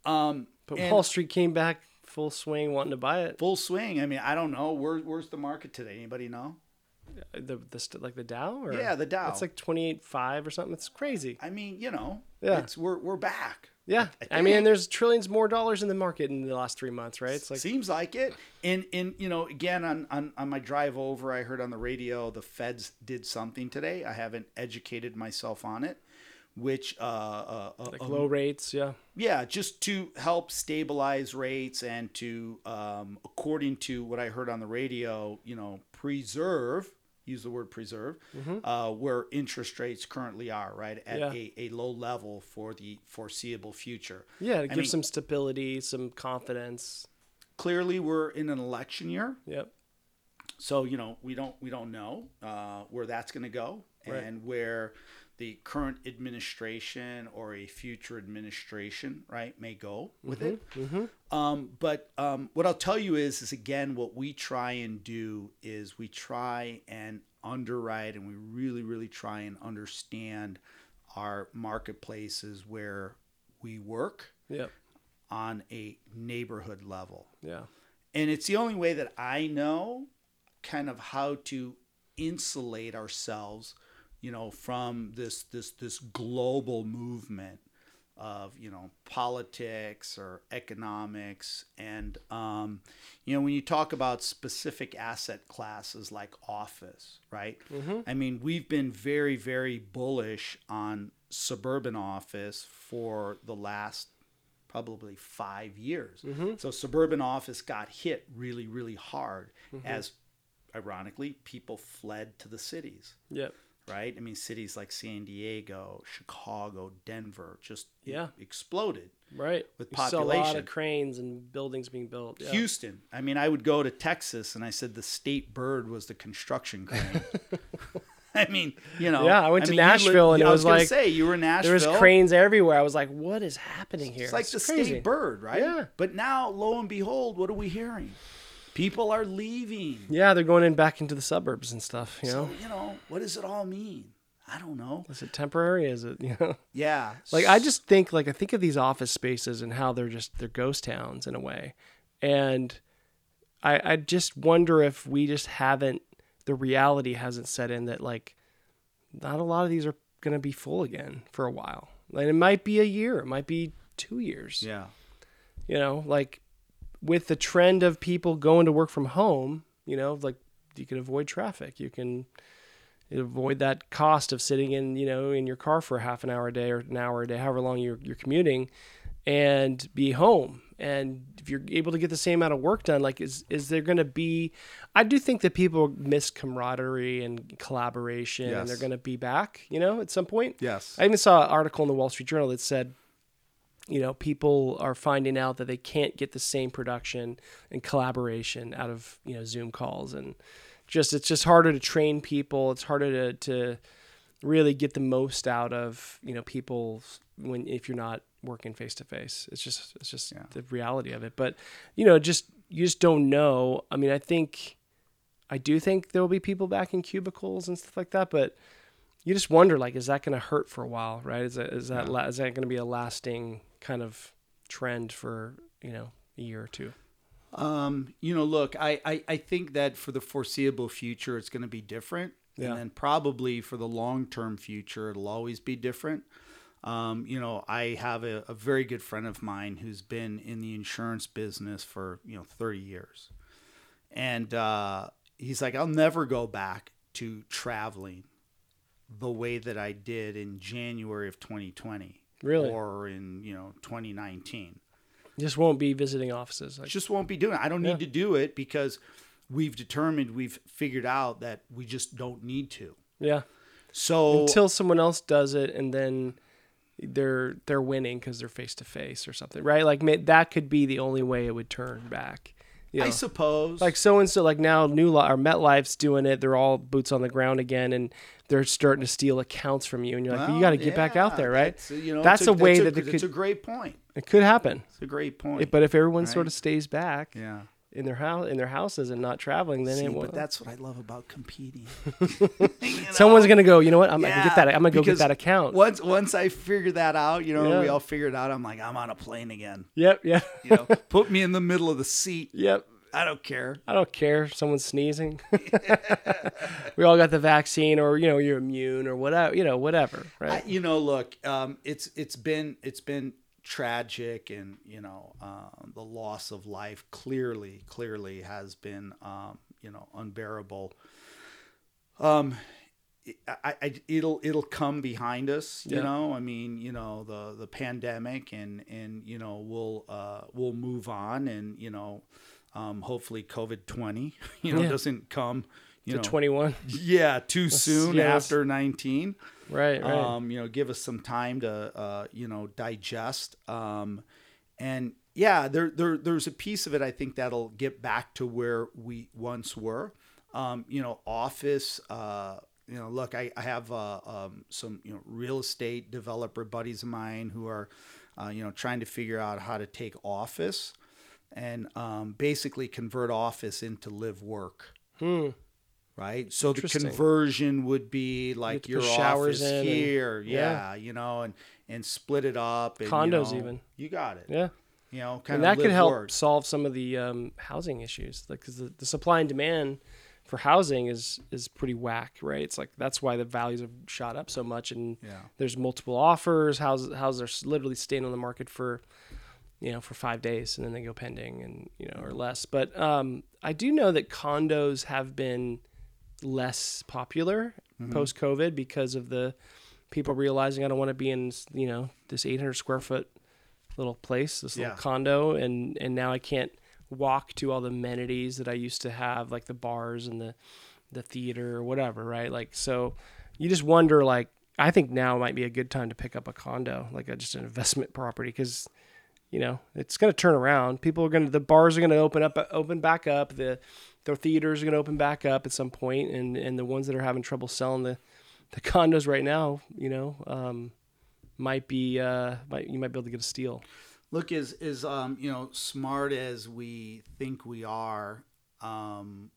B: Um,
A: But
B: and
A: Wall Street came back full swing, wanting to buy it.
B: full swing. I mean, I don't know where where's the market today. Anybody know?
A: The, the st- like the Dow or
B: Yeah, the Dow.
A: It's like twenty eight five or something. It's crazy.
B: I mean, you know,
A: Yeah.
B: it's we're we're back.
A: Yeah, I, mean, there's trillions more dollars in the market in the last three months, right? It's like
B: Seems like it. And and you know, again on, on on my drive over, I heard on the radio the Feds did something today. I haven't educated myself on it, which uh, uh, uh,
A: like low rates. Yeah,
B: yeah, just to help stabilize rates and to, um, according to what I heard on the radio, you know, preserve, use the word preserve, uh, where interest rates currently are, right? At
A: Yeah.
B: a, a low level for the foreseeable future.
A: yeah, to give
B: mean-
A: some stability, some confidence.
B: Clearly, we're in an election year.
A: Yep.
B: so you know we don't we don't know uh, where that's going to go
A: Right.
B: and where the current administration or a future administration right may go with it Um, but um, what i'll tell you is is again what we try and do is we try and underwrite and we really really try and understand our marketplaces where we work
A: Yep.
B: on a neighborhood level
A: Yeah.
B: and it's the only way that I know kind of how to insulate ourselves, you know, from this this this global movement of you know politics or economics and um, you know when you talk about specific asset classes like office right i mean we've been very very bullish on suburban office for the last probably five years.
A: Mm-hmm.
B: So suburban office got hit really,
A: Mm-hmm.
B: really hard as ironically people fled to the cities,
A: Yep.
B: right? I mean, cities like San Diego, Chicago, Denver just e-,
A: Yeah.
B: exploded.
A: Right.
B: With
A: We saw a lot
B: population.
A: of cranes and buildings being built. Yeah.
B: Houston. I mean, I would go to Texas and I said the state bird was the
A: [LAUGHS]
B: construction crane. I mean, you know.
A: Yeah, I went to
B: mean, you lived-
A: Nashville and it
B: I
A: was
B: was gonna
A: like-
B: say you were in Nashville.
A: There was cranes everywhere. I was like, what is happening here?
B: It's like the
A: This is crazy.
B: state bird, right?
A: Yeah.
B: But now, lo and behold, what are we hearing? People are leaving.
A: Yeah, they're going in back into the suburbs and stuff. You know,
B: So, you know, what does it all mean? I don't know.
A: is it temporary? Is it [LAUGHS] you know?
B: Yeah.
A: Like I just think like I think of these office spaces and how they're just they're ghost towns in a way, and I I just wonder if we just haven't the reality hasn't set in that like not a lot of these are gonna be full again for a while. Like it might be a year, it might be two years.
B: Yeah.
A: you know like with the trend of people going to work from home you know like you can avoid traffic you can avoid that cost of sitting in you know in your car for half an hour a day or an hour a day however long you're, you're commuting and be home and if you're able to get the same amount of work done like is is there going to be i do think that people miss camaraderie and collaboration
B: Yes.
A: and they're going to be back you know at some point
B: Yes.
A: I even saw an article in the Wall Street Journal that said, you know, people are finding out that they can't get the same production and collaboration out of you know Zoom calls and just it's just harder to train people. It's harder to to really get the most out of you know people when if you're not working face to face. It's just it's just the reality of it. But you know, just you just don't know. I mean, I think. I do think there will be people back in cubicles and stuff like that, but you just wonder like is that going to hurt for a while right is that is that la- is that going to be a lasting kind of trend for you know a year or two
B: Um, you know, look, I, I, I think that for the foreseeable future, it's going to be different.
A: Yeah.
B: And then probably for the long term future, it'll always be different. Um, you know, I have a, a very good friend of mine who's been in the insurance business for, you know, 30 years. And uh, he's like, I'll never go back to traveling the way that I did in January of 2020.
A: Really?
B: Or in, you know, 2019
A: just won't be visiting offices like,
B: just won't be doing it. I don't need to do it because we've determined, we've figured out that we just don't need to.
A: yeah
B: So
A: until someone else does it and then they're they're winning because they're face to face or something right like ma- that could be the only way it would turn back you
B: I
A: know?
B: suppose,
A: like so and so like now new Li- or metlife's doing it they're all boots on the ground again and they're starting to steal accounts from you and you're like well, you got to get back out there right
B: That's, you know,
A: That's
B: it's
A: a way
B: that's
A: that it
B: it's a
A: could-
B: great point.
A: it could happen
B: It's a great point.
A: But if everyone sort of stays back
B: yeah.
A: in their house in their houses and not traveling, then
B: See,
A: it will.
B: but that's what I love
A: [LAUGHS]
B: about competing. [LAUGHS]
A: Someone's gonna go. You know what? I'm gonna get that. I'm gonna go get
B: because
A: that account.
B: Once once I figure that out, you know,
A: Yeah.
B: we all figure it out. I'm like, I'm on a plane again.
A: Yep. [LAUGHS] Yeah.
B: You know, put me in the middle of the seat.
A: Yep.
B: I don't care.
A: I don't care. Someone's sneezing. [LAUGHS] we all got the vaccine, or you know, you're immune, or whatever. You know, whatever.
B: I,
A: Right.
B: you know, look, um, it's it's been it's been tragic, and you know, um, the loss of life clearly clearly has been um, you know unbearable. Um, I, I- I it'll it'll come behind us, you
A: Yeah.
B: know. I mean, you know, the the pandemic, and and you know, we'll uh, we'll move on, and you know, um, hopefully, COVID twenty, [LAUGHS] you know,
A: Yeah.
B: doesn't come. You know,
A: 21.
B: yeah, too soon
A: yeah, let's-
B: after 19
A: Right. Right.
B: um, you know, give us some time to, uh, you know, digest. Um, and yeah, there, there, there's a piece of it I think that'll get back to where we once were. Um, you know, office. Uh, you know, look, I, I have uh, um, some you know real estate developer buddies of mine who are, uh, you know, trying to figure out how to take office and um, basically convert office into live work. Right. So the
A: Hmm. Interesting.
B: conversion would be like
A: to
B: your
A: put showers
B: office
A: in and-
B: here,
A: yeah.
B: yeah, you know, and and split it up. And, you
A: Condos
B: know,
A: even.
B: You got it.
A: yeah.
B: You know,
A: And
B: kind of
A: that could
B: live
A: help
B: work.
A: solve some of the um, housing issues, like because the, the supply and demand for housing is is pretty whack, right? It's like that's why the values have shot up so much, and
B: Yeah.
A: there's multiple offers. Houses houses are s- literally staying on the market for you know for five days, and then they go pending, and you know or less. But um, I do know that condos have been less popular
B: Mm-hmm.
A: post COVID because of the people realizing I don't want to be in you know this 800 square foot little place, this
B: Yeah.
A: little condo, and and now I can't walk to all the amenities that I used to have, like the bars and the the theater or whatever, right? Like so, you just wonder like I think now might be a good time to pick up a condo, like a, just an investment [LAUGHS] property, because you know it's going to turn around. People are going to the bars are going to open up, open back up. The the theaters are going to open back up at some point, and and the ones that are having trouble selling the the condos right now, you know, um, might be uh, might, you might be able to get a steal.
B: Look, as as um, you know, smart as we think we are, um,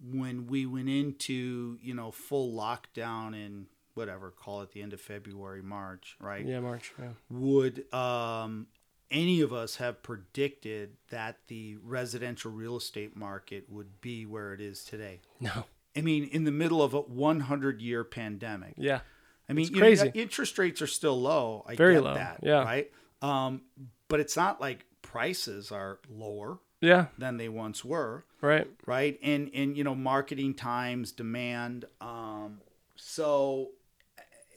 B: when we went into you know full lockdown in whatever call it the end of February, March, right?
A: Yeah, March. Yeah.
B: Would um, any of us have predicted that the residential real estate market would be where it is today?
A: No.
B: I mean, in the middle of a 100 year pandemic.
A: Yeah.
B: I mean,
A: It's
B: you know,
A: crazy.
B: interest rates are still low. I
A: Very
B: get
A: low,
B: that.
A: yeah.
B: Right. Um, but it's not like prices are lower
A: Yeah.
B: than they once were
A: Right.
B: right and and you know marketing times demand um so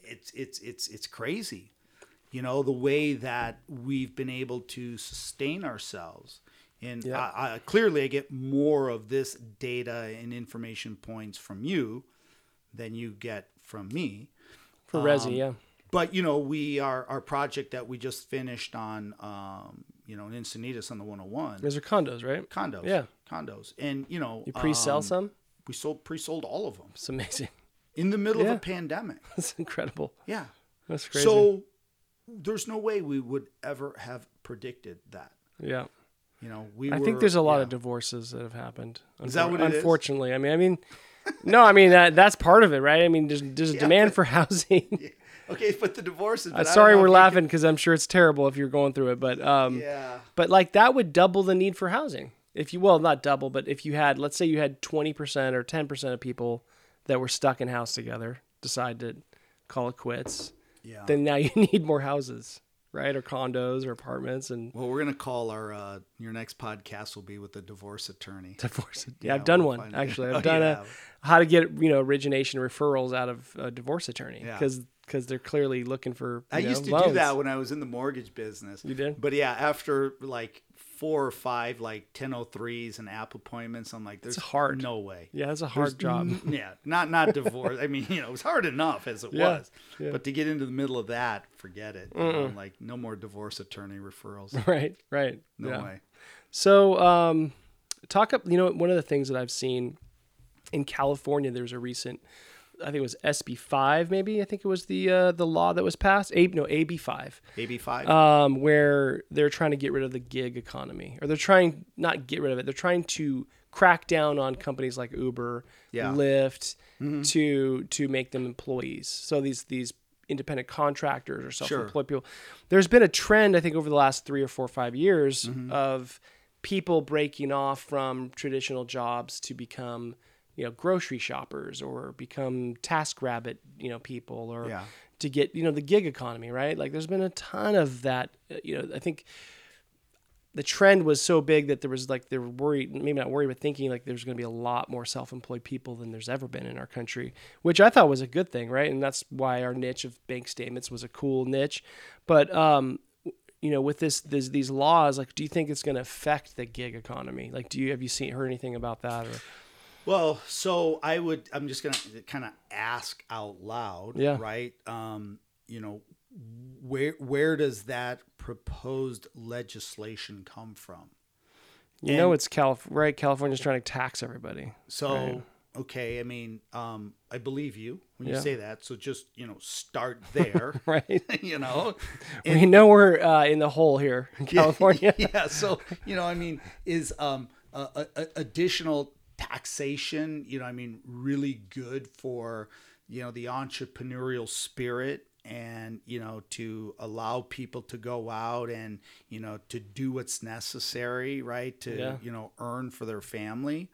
B: it's it's it's it's crazy you know the way that we've been able to sustain ourselves and
A: Yeah.
B: I, I, clearly i get more of this data and information points from you than you get from me
A: For
B: Um,
A: Resi, yeah.
B: but you know we are our project that we just finished on um you know in encinitas on the 101
A: Those are condos, right?
B: condos
A: Yeah.
B: condos and you know
A: You pre-sell
B: um,
A: some.
B: we sold pre-sold all of them
A: It's amazing. [LAUGHS]
B: in the middle of
A: Yeah.
B: a pandemic.
A: That's incredible.
B: Yeah.
A: That's crazy.
B: So there's no way we would ever have predicted that.
A: yeah.
B: You know, we
A: I
B: were,
A: think there's a lot
B: yeah.
A: of divorces that have happened.
B: Is that what it is?
A: Unfortunately, I mean, I mean, no, I mean that that's part of it, right? I mean, there's there's a demand for [LAUGHS] housing.
B: Okay, but the divorces. but I
A: I'm
B: don't
A: sorry,
B: know if
A: we're
B: you
A: laughing because I'm sure it's terrible if you're going through it, but um,
B: can- Yeah.
A: but like that would double the need for housing. If you well, not double, but if you had, let's say you had 20% or 10% of people that were stuck in house together decide to call it quits,
B: Yeah.
A: then now [LAUGHS] you need more houses, right? Or condos or apartments and [LAUGHS]
B: well, we're gonna call our uh, your next podcast will be with a divorce attorney.
A: divorce. Yeah,
B: Yeah,
A: I've done
B: we'll
A: one
B: find- [LAUGHS]
A: actually.
B: Oh,
A: I've done
B: you
A: a how to get you know origination referrals out of a divorce attorney
B: Yeah.
A: because they're clearly looking for.
B: I
A: you know,
B: used to do
A: loans.
B: that when I was in the mortgage business.
A: You did?
B: But yeah, after like four or five like 1003s and app appointments, I'm like, there's
A: hard.
B: no way.
A: Yeah, it's a hard job.
B: N- yeah, not not divorce. I mean, [LAUGHS] you know, it was hard enough as it
A: Yeah,
B: was, but to get into the middle of that, forget it. You know, like no more divorce attorney
A: [LAUGHS]
B: referrals.
A: [LAUGHS] right, right.
B: No
A: yeah.
B: way.
A: So, um, talk up. You know, one of the things that I've seen in California, there's a recent, I think it was SB five, maybe. I think it was the uh, the law that was passed. A, no, AB five.
B: AB five.
A: um, where they're trying to get rid of the gig economy, or they're trying not get rid of it. They're trying to crack down on companies like Uber,
B: Yeah.
A: Lyft, to to make them employees. So these these independent contractors or self-employed people. There's been a trend, I think, over the last three or four or five years of people breaking off from traditional jobs to become you know grocery shoppers or become task rabbit you know people or
B: Yeah.
A: to get you know the gig economy right like there's been a ton of that uh, you know i think the trend was so big that there was like they were worried maybe not worried but thinking like there's going to be a lot more self-employed people than there's ever been in our country which i thought was a good thing right and that's why our niche of bank statements was a cool niche but um you know with this, this these laws like do you think it's going to affect the gig economy like do you have you seen heard anything about that or
B: Well, so I would. I'm just gonna kind of ask out loud.
A: Yeah.
B: Right. Um. You know, where where does that proposed legislation come from?
A: you know it's Calif- right california's trying to tax everybody [LAUGHS]
B: So okay, I mean, um, I believe you when
A: Yeah.
B: you say that. So just you know, start there. [LAUGHS]
A: right [LAUGHS]
B: you know,
A: we know we're uh, in the hole here
B: [LAUGHS]
A: in California.
B: yeah. So you know, I mean, is um a, a, additional taxation, you know, I mean, really good for you know the entrepreneurial spirit and you know to allow people to go out and you know to do what's necessary right to
A: Yeah.
B: you know earn for their family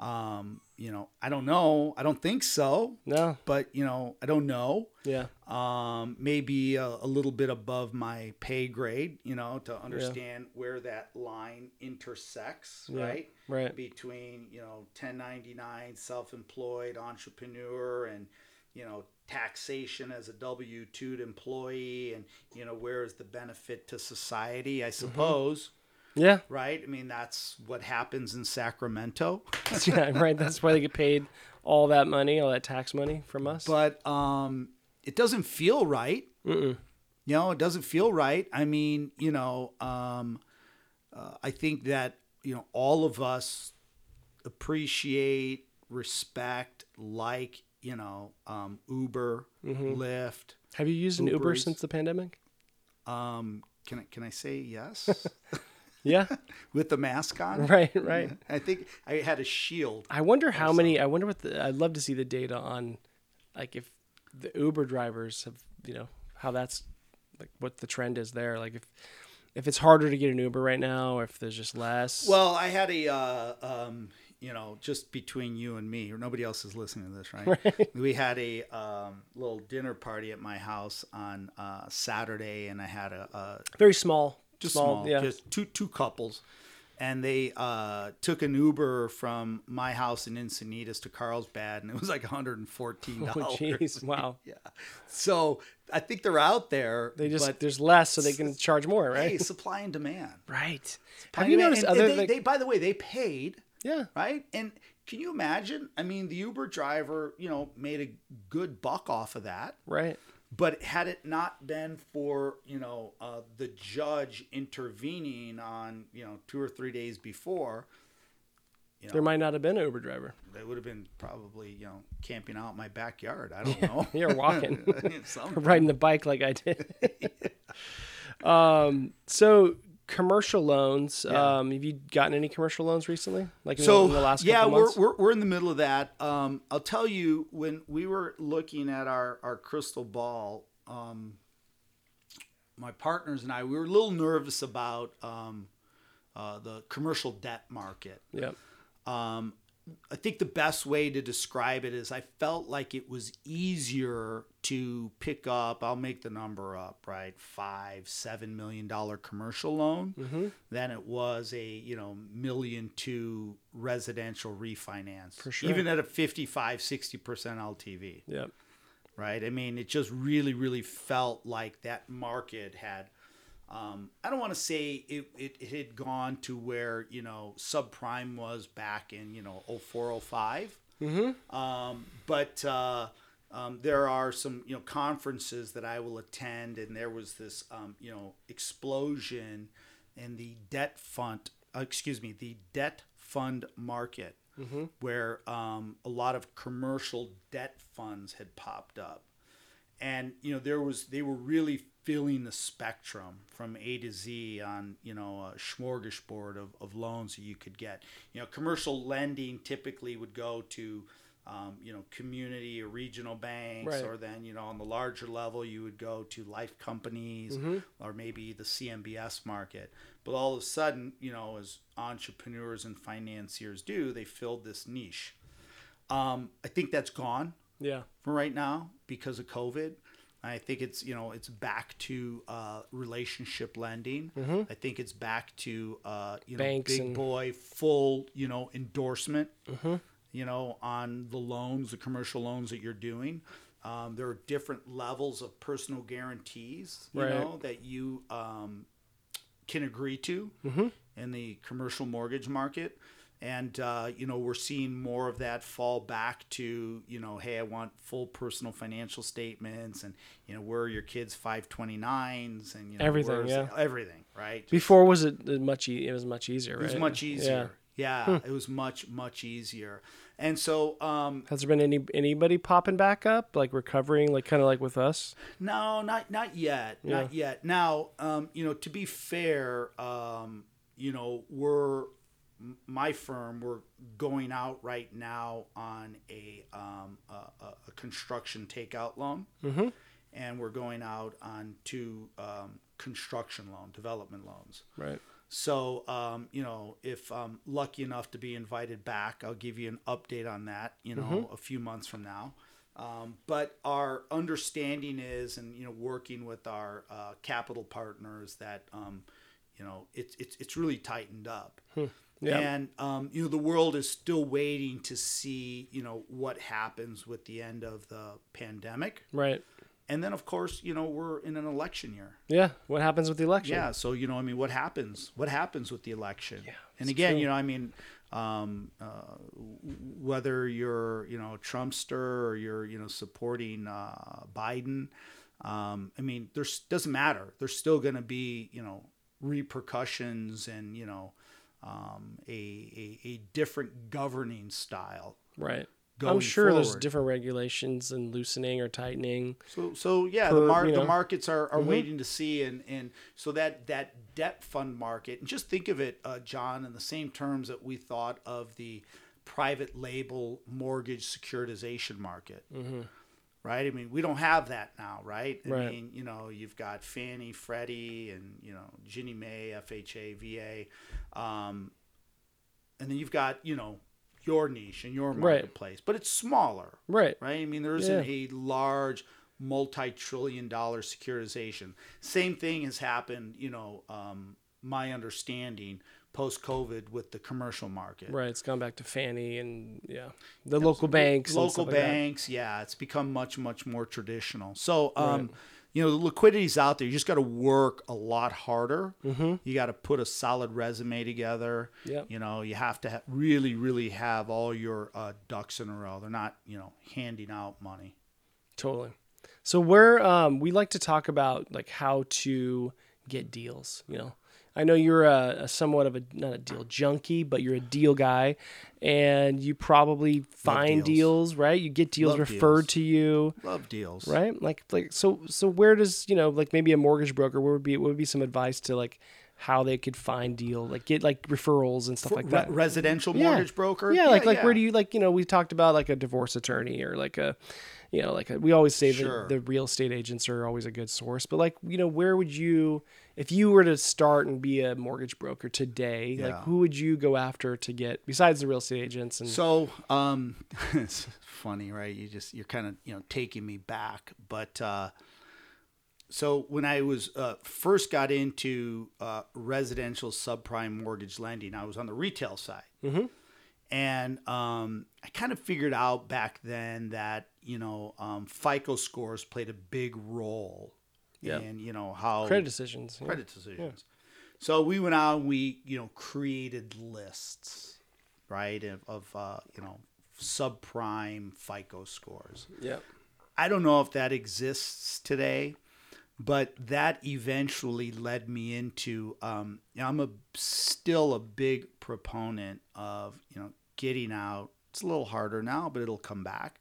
B: um you know i don't know i don't think so
A: [LAUGHS] No,
B: but you know i don't know
A: yeah,
B: um, maybe a, a little bit above my pay grade, you know, to understand where that line intersects,
A: Yeah,
B: right?
A: right.
B: Between, you know, 1099, self employed, entrepreneur, and, you know, taxation as a W
A: Mm-hmm.
B: 2 employee, and, you know, where is the benefit to society, I suppose.
A: Yeah. [LAUGHS]
B: right? I mean, that's what happens in Sacramento. [LAUGHS]
A: yeah, right. That's why they get paid all that money, all that tax money from us.
B: But um, it doesn't feel right. Mm-mm. You know, it doesn't feel right. I mean, you know, um, uh, I think that, you know, all of us appreciate, respect, like, you know, um, Uber, Lyft.
A: Have you used an Uber,
B: Uber Eats.
A: since the pandemic?
B: Um, can, I, can I say yes?
A: Yeah. [LAUGHS]
B: With the mask on?
A: right, right.
B: I think I had a shield.
A: I wonder how many. I wonder what the. I'd love to see the data on, like, if the Uber drivers have, you know, how that's, like, what the trend is there. Like, if if it's harder to get an Uber right now, or if there's just less.
B: Well, I had a, uh, um, you know, just between you and me, or nobody else is listening to
A: [LAUGHS]
B: this, right? We had a um, little dinner party at my house on uh, Saturday, and I had a, a
A: very small.
B: just
A: small,
B: small,
A: Yeah.
B: just two two couples, and they uh, took an Uber from my house in Encinitas to Carlsbad, and it was like 114
A: [LAUGHS] oh,
B: dollars.
A: jeez. Wow.
B: [LAUGHS] yeah, so I think they're out there.
A: They just
B: but,
A: there's less, so they
B: [LAUGHS]
A: can charge more, right?
B: hey, supply and demand.
A: Right.
B: Supply
A: Have
B: and
A: you
B: demand.
A: noticed
B: And- and
A: other
B: they,
A: like,
B: they, by the way, they paid
A: yeah?
B: right? And can you imagine? I mean, the Uber driver, you know, made a good buck off of that,
A: Right.
B: but had it not been for you know uh, the judge intervening on you know two or three days before, you know,
A: There might not have been an Uber driver.
B: they would have been probably you know camping out in my backyard. I don't know. [LAUGHS]
A: You're walking.
B: Some-
A: riding the bike like I
B: [LAUGHS]
A: did. um, so commercial loans.
B: Yeah.
A: Um, have you gotten any commercial loans recently? Like in, the,
B: so
A: in the last
B: yeah,
A: couple
B: we're,
A: months?
B: we're we're in the middle of that. Um, I'll tell you when we were looking at our our crystal ball. Um, my partners and I, we were a little nervous about um, uh, the commercial debt market.
A: yeah.
B: Um, I think the best way to describe it is I felt like it was easier to pick up, I'll make the number up, right? Five, seven million dollar commercial loan than it was a, you know, million two residential refinance. For
A: sure.
B: Even at a 55, 60% LTV,
A: Yeah.
B: right? I mean, it just really, really felt like that market had. Um, I don't want to say it, it, it had gone to where, you know, subprime was back in, you know, 04, 05. Um, but uh, um, there are some you know conferences that I will attend, and there was this um, you know explosion in the debt fund. Uh, excuse me, the debt fund market, where um, a lot of commercial debt funds had popped up, and you know there was they were really filling the spectrum from A to Z on you know a smorgasbord of, of loans that you could get. You know, commercial lending typically would go to um, you know community or regional banks,
A: Right.
B: or then you know on the larger level you would go to life companies or maybe the CMBS market. But all of a sudden, you know, as entrepreneurs and financiers do, they filled this niche. Um, I think that's gone
A: Yeah.
B: for right now because of COVID. I think it's you know it's back to uh, relationship lending. I think it's back to uh, you know
A: Mm-hmm. Banks
B: big
A: and- Mm-hmm.
B: boy full you know endorsement. You know on the loans, the commercial loans that you're doing. Um, there are different levels of personal guarantees you
A: Right.
B: know that you um, can agree to
A: Mm-hmm.
B: in the commercial mortgage market. And, uh, you know, we're seeing more of that fall back to, you know, hey, I want full personal financial statements and, you know, where are your kids' 529s and, you know,
A: Everything,
B: where's-
A: yeah.
B: everything, right?
A: Before was it it much? E- it was much easier. Right? Hmm.
B: It was much easier. Yeah, it was much, much easier. And so, um,
A: Has there been any anybody popping back up, like recovering, like kind of like with us?
B: No, not not yet, not yet. Now, um, you know, to be fair, um, you know, we're m- my firm. We're going out right now on a um, a, a- a construction takeout loan, mm-hmm. and we're going out on two um, construction loan development loans.
A: Right.
B: So, um, you know, if I'm lucky enough to be invited back, I'll give you an update on that, you know, a few months from now. Um, but our understanding is, and, you know, working with our uh, capital partners that, um, you know, it's, it's, it's really tightened up.
A: Yeah.
B: And, um, you know, the world is still waiting to see, you know, what happens with the end of the pandemic
A: Right.
B: And then, of course, you know, we're in an election year.
A: Yeah. What happens with the election?
B: Yeah. So, you know, I mean, what happens? What happens with the election? Yeah, and
A: it's
B: again,
A: true.
B: you know, I mean, um, uh, w- whether you're, you know, Trumpster or you're, you know, supporting uh, Biden, um, I mean, there's doesn't matter. There's still going to be, you know, repercussions and, you know, um, a, a, a different governing style.
A: Right. I'm
B: Going
A: sure there's
B: forward.
A: different regulations and loosening or tightening.
B: So, so yeah,
A: Per- Mm-hmm.
B: the, mar-
A: you know.
B: the markets are, are waiting to see, and, and so that that debt fund market, and just think of it, uh, John, in the same terms that we thought of the private label mortgage securitization market, right? I mean, we don't have that now, right? I
A: Mm-hmm. Right.
B: mean, you know, you've got Fannie, Freddie, and you know Ginny Mae, FHA, VA, um, and then you've got you know your niche and your
A: Right.
B: marketplace, but it's smaller,
A: Right.
B: right? I mean, there isn't
A: Yeah.
B: a large multi-trillion dollar securitization. Same thing has happened, you know, um, my understanding post-COVID with the commercial market.
A: Right. It's gone back to Fannie and yeah, the local banks. and
B: Local
A: stuff like that.
B: banks, yeah, it's become much, much more traditional. So, um, you know, the liquidity's out there. You just got to work a lot harder. Mm-hmm. You got to put a solid resume together.
A: Yep.
B: You know, you have to ha- really, really have all your uh, ducks in a row. They're not, you know, handing out money.
A: Totally. So we're um, we like to talk about like how to get deals. You know, I know you're a, a somewhat of a not a deal junkie, but you're a deal guy, and you probably find deals.
B: deals.
A: right? You get deals
B: Love
A: referred
B: deals.
A: to you,
B: Love deals.
A: right? Like like so so where does you know like maybe a mortgage broker? What would be what would be some advice to like how they could find deal like get like referrals and stuff like
B: Re-
A: that?
B: residential
A: Yeah.
B: mortgage broker.
A: Yeah, like like
B: yeah.
A: where do you like you know we talked about like a divorce attorney or like a you know like a, we always say
B: Sure.
A: that the real estate agents are always a good source, but like you know where would you if you were to start and be a mortgage broker today, like
B: Yeah.
A: who would you go after to get besides the real estate agents and
B: So, um, [LAUGHS] it's funny, right? You just you're kind of you know taking me back, but uh, so when I was uh, first got into uh, residential subprime mortgage lending, I was on the retail side,
A: Mm-hmm.
B: and um, I kind of figured out back then that you know um, FICO scores played a big role
A: Yeah.
B: in you know how
A: credit decisions? yeah.
B: credit decisions. So we went out and we, you know, created lists, right, of, of uh, you know, subprime FICO scores.
A: Yeah.
B: I don't know if that exists today, but that eventually led me into. Um, you know, I'm a still a big proponent of you know getting out. It's a little harder now, but it'll come back.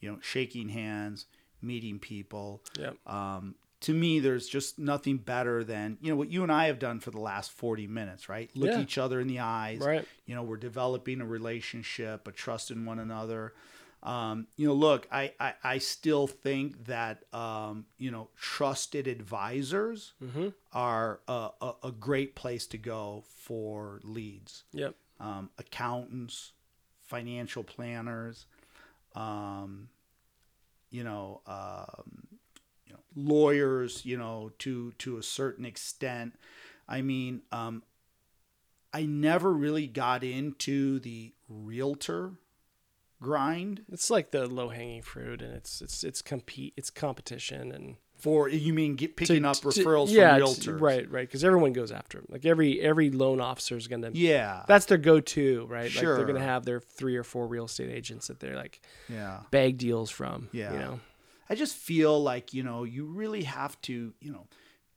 B: You know, shaking hands, meeting people.
A: Yep.
B: Um, to me, there's just nothing better than you know what you and I have done for the last 40 minutes, right? Look
A: Yeah.
B: each other in the eyes
A: Right.
B: you know we're developing a relationship a trust in one another um, you know look I, I i still think that um, you know trusted advisors
A: Mm-hmm,
B: are a, a, a great place to go for leads
A: Yep.
B: um, accountants financial planners um, you know um, you know lawyers you know to to a certain extent i mean um, I never really got into the realtor grind
A: It's like the low hanging fruit and it's it's it's compete it's competition and
B: for you mean get, picking up
A: to-
B: referrals
A: yeah,
B: from
A: to-
B: realtors.
A: right right because everyone goes after them like every every loan officer is gonna
B: Yeah.
A: that's their go-to, right? Like they're
B: Sure.
A: gonna have their three or four real estate agents that they're like
B: yeah.
A: bag deals from.
B: Yeah.
A: You know?
B: I just feel like, you know, you really have to, you know,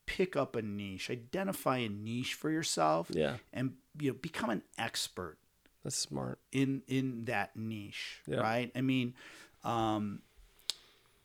B: pick up a niche, identify a niche for yourself
A: Yeah.
B: and you know, become an expert
A: That's smart.
B: in in that niche,
A: Yeah.
B: right? I mean, um,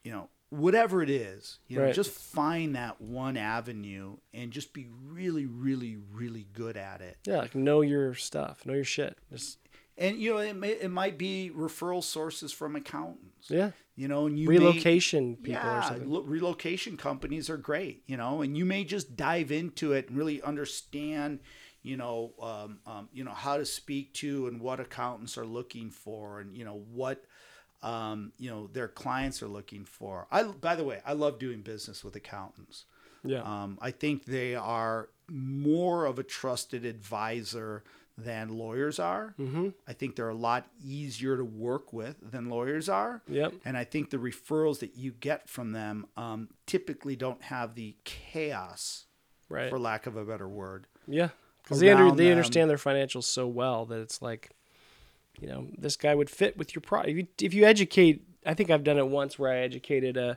B: you know, whatever it is, you know,
A: Right.
B: just find that one avenue and just be really, really, really good at it.
A: Yeah, like know your stuff, know your shit. Just
B: And you know, it may, it might be referral sources from accountants.
A: yeah.
B: You know, and you may-
A: Relocation people or
B: yeah,
A: something.
B: lo- relocation companies are great. You know, and you may just dive into it and really understand. You know, um, um, you know how to speak to and what accountants are looking for, and you know what, um, you know their clients are looking for. I, by the way, I love doing business with accountants.
A: Yeah.
B: Um, I think they are more of a trusted advisor than lawyers are. Mm-hmm. I think they're a lot easier to work with than lawyers are.
A: Yep.
B: And I think the referrals that you get from them um, typically don't have the chaos,
A: Right.
B: for lack of a better word.
A: Yeah, because they under,
B: around
A: they
B: them.
A: understand their financials so well that it's like, you know, this guy would fit with your product. If you, if you educate, I think I've done it once where I educated a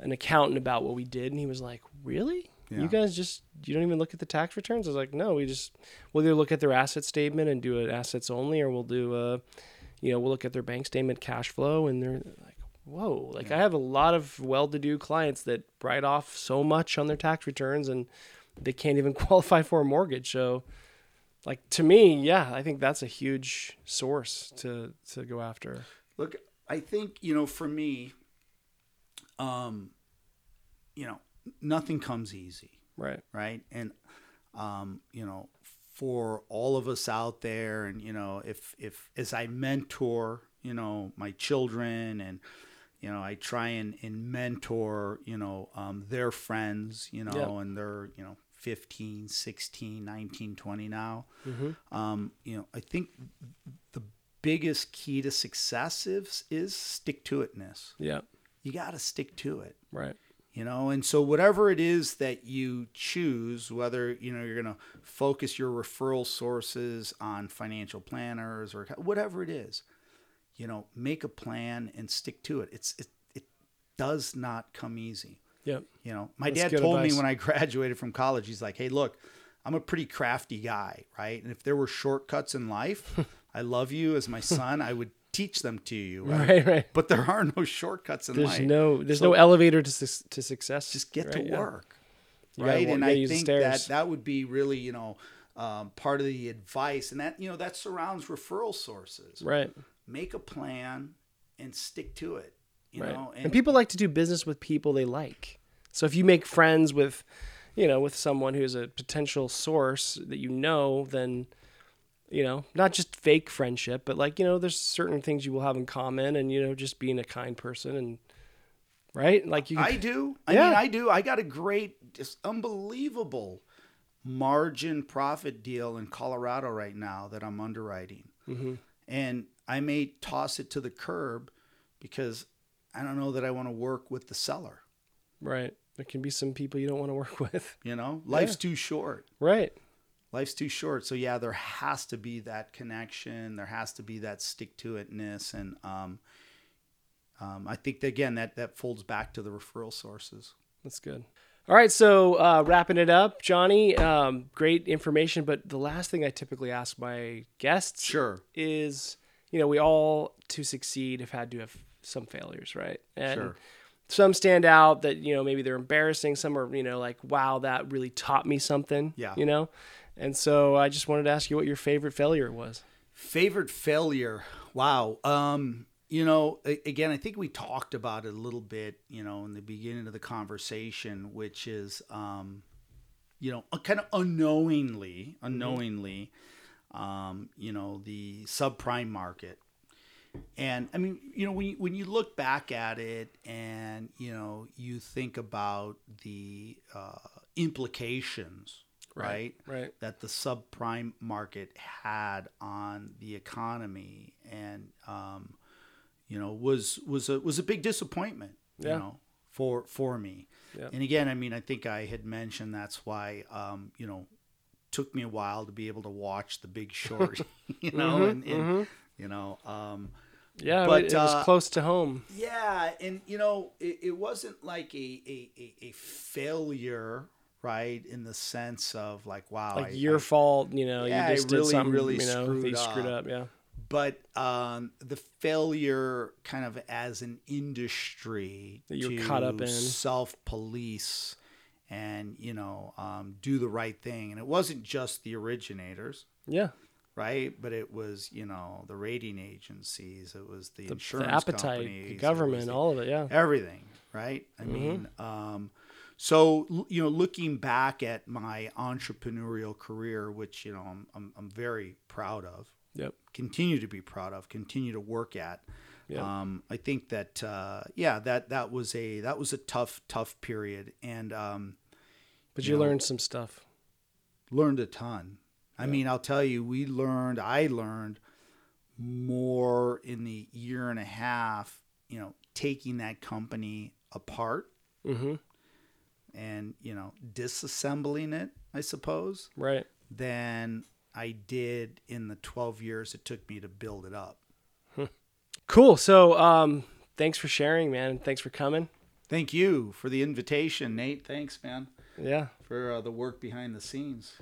A: an accountant about what we did, and he was like, "Really?
B: Yeah.
A: You guys just you don't even look at the tax returns?" I was like, "No, we just we'll either look at their asset statement and do an assets only, or we'll do a, you know, we'll look at their bank statement, cash flow, and they're like." Whoa! Like I have a lot of well-to-do clients that write off so much on their tax returns, and they can't even [LAUGHS] qualify for a mortgage. So, like to me, yeah, I think that's a huge source to to go after.
B: Look, I think, you know, for me, um, you know, nothing comes easy.
A: Right.
B: right? And um, you know, for all of us out there, and you know, if if as I mentor, you know, my children, and you know, I try and, and mentor, you know, um, their friends, you know,
A: Yep.
B: and they're you know 15, 16, 19, 20 now. Um, you know, I think the biggest key to success is, is stick to itness.
A: Yeah.
B: You got to stick to it
A: Right.
B: you know and so whatever it is that you choose whether you know you're going to focus your referral sources on financial planners or whatever it is you know make a plan and stick to it it's it, it does not come easy
A: Yep.
B: you know my
A: That's
B: dad
A: good
B: told
A: advice.
B: me when i [LAUGHS] graduated from college he's like hey look i'm a pretty crafty guy right and if there were shortcuts
A: [LAUGHS]
B: in life i love you as my son i would teach them to you right,
A: [LAUGHS] Right. Right.
B: but there are no shortcuts in
A: There's
B: life
A: no there's no elevator to su- to success.
B: just get
A: right?
B: to
A: Yeah.
B: work
A: You gotta
B: right
A: wa-
B: and
A: you gotta
B: i
A: use the
B: think that
A: stairs.
B: that would be really you know um, part of the advice and that you know that surrounds referral sources
A: Right.
B: make a plan and stick to it you
A: Right.
B: know
A: and people like to do business with people they like. So if you make friends with, you know, with someone who's a potential source that you know, then you know, not just fake friendship, but like, you know, there's certain things you will have in common and, you know, just being a kind person and, right? Like you,
B: I do. I
A: Yeah.
B: mean, I do. I got a great, just unbelievable margin profit deal in Colorado right now that I'm underwriting.
A: Mm-hmm.
B: And I may toss it to the curb because I don't know that I want to work with the seller.
A: right. There can be some people you don't want to work [LAUGHS] with.
B: You know, life's too short.
A: Right.
B: Life's too short. So, yeah, there has to be that connection. There has to be that stick to itness. And um, um, I think, that, again, that, that folds back to the referral sources.
A: That's good. All right, so uh, wrapping it up, Johnny. Um, great information, but the last thing I typically ask my guests
B: Sure.
A: is, you know, we all to succeed have had to have some failures, right? And
B: Sure.
A: some stand out that you know maybe they're embarrassing. Some are you know like, wow, that really taught me something.
B: Yeah.
A: You know, and so I just wanted to ask you what your favorite failure was.
B: Favorite failure. Wow. Um, you know, a- again, I think we talked about it a little bit, you know, in the beginning of the conversation, which is, um, you know, kind of unknowingly, unknowingly, um, you know, the subprime market. And I mean, you know, when you, when you look back at it and, you know, you think about the uh, implications, right?
A: Right.
B: that the subprime market had on the economy, and um, you know was was a was a big disappointment.
A: Yeah.
B: You know for for me,
A: Yeah.
B: and again, I mean, I think I had mentioned that's why um, you know took me a while to be able to watch The
A: [LAUGHS]
B: Big Short. [LAUGHS] you
A: Mm-hmm,
B: know, and, and you know. Um,
A: Yeah,
B: But,
A: it, it was
B: uh,
A: close to home.
B: yeah, and you know, it, it wasn't like a, a, a, a failure, right? In the sense of like, wow,
A: Like
B: I-
A: your
B: I-
A: fault, you know.
B: Yeah,
A: you
B: I
A: just did
B: really,
A: something,
B: really
A: you know,
B: screwed
A: that you screwed
B: up.
A: up. Yeah.
B: but um, the failure kind of as an industry
A: That you were caught up in.
B: self-police and you know um, do the right thing and it wasn't just the originators
A: Yeah.
B: right but it was you know the rating agencies it was the, insurance
A: the appetite,
B: companies, it
A: the
B: was
A: government, Mm-hmm.
B: the-
A: all of it. Yeah.
B: everything right i mean um so l- you know looking back at my entrepreneurial career which you know i'm i'm, I'm very proud of
A: Yep.
B: continue to be proud of, continue to work at.
A: Yeah.
B: Um, I think that uh, yeah, that that was a that was a tough tough period, and um,
A: But you
B: know,
A: learned some stuff.
B: learned a ton. I mean, I'll tell you, we learned, I learned more in the year and a half, you know, taking that company apart
A: Mm-hmm.
B: and, you know, disassembling it, I suppose,
A: Right.
B: than I did in the 12 years it took me to build it up.
A: Cool. So, um, thanks for sharing, man. Thanks for coming.
B: Thank you for the invitation, Nate. Thanks, man,
A: Yeah.
B: for uh, the work behind the scenes.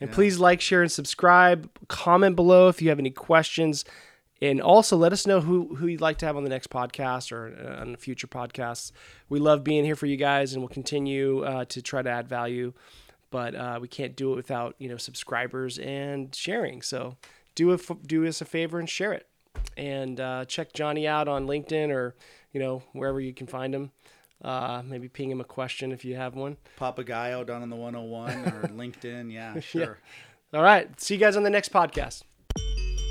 A: And please like, share, and subscribe. Comment below if you have any questions. And also let us know who, who you'd like to have on the next podcast or uh, on future podcasts. We love being here for you guys and we'll continue uh, to try to add value. But uh, we can't do it without, you know, subscribers and sharing. So do, a, do us a favor and share it. And uh, check Johnny out on LinkedIn or, you know, wherever you can find him. Uh, maybe ping him a question if you have one.
B: Papagayo down on the 101 [LAUGHS] or LinkedIn. Yeah, sure.
A: All right. See you guys on the next podcast.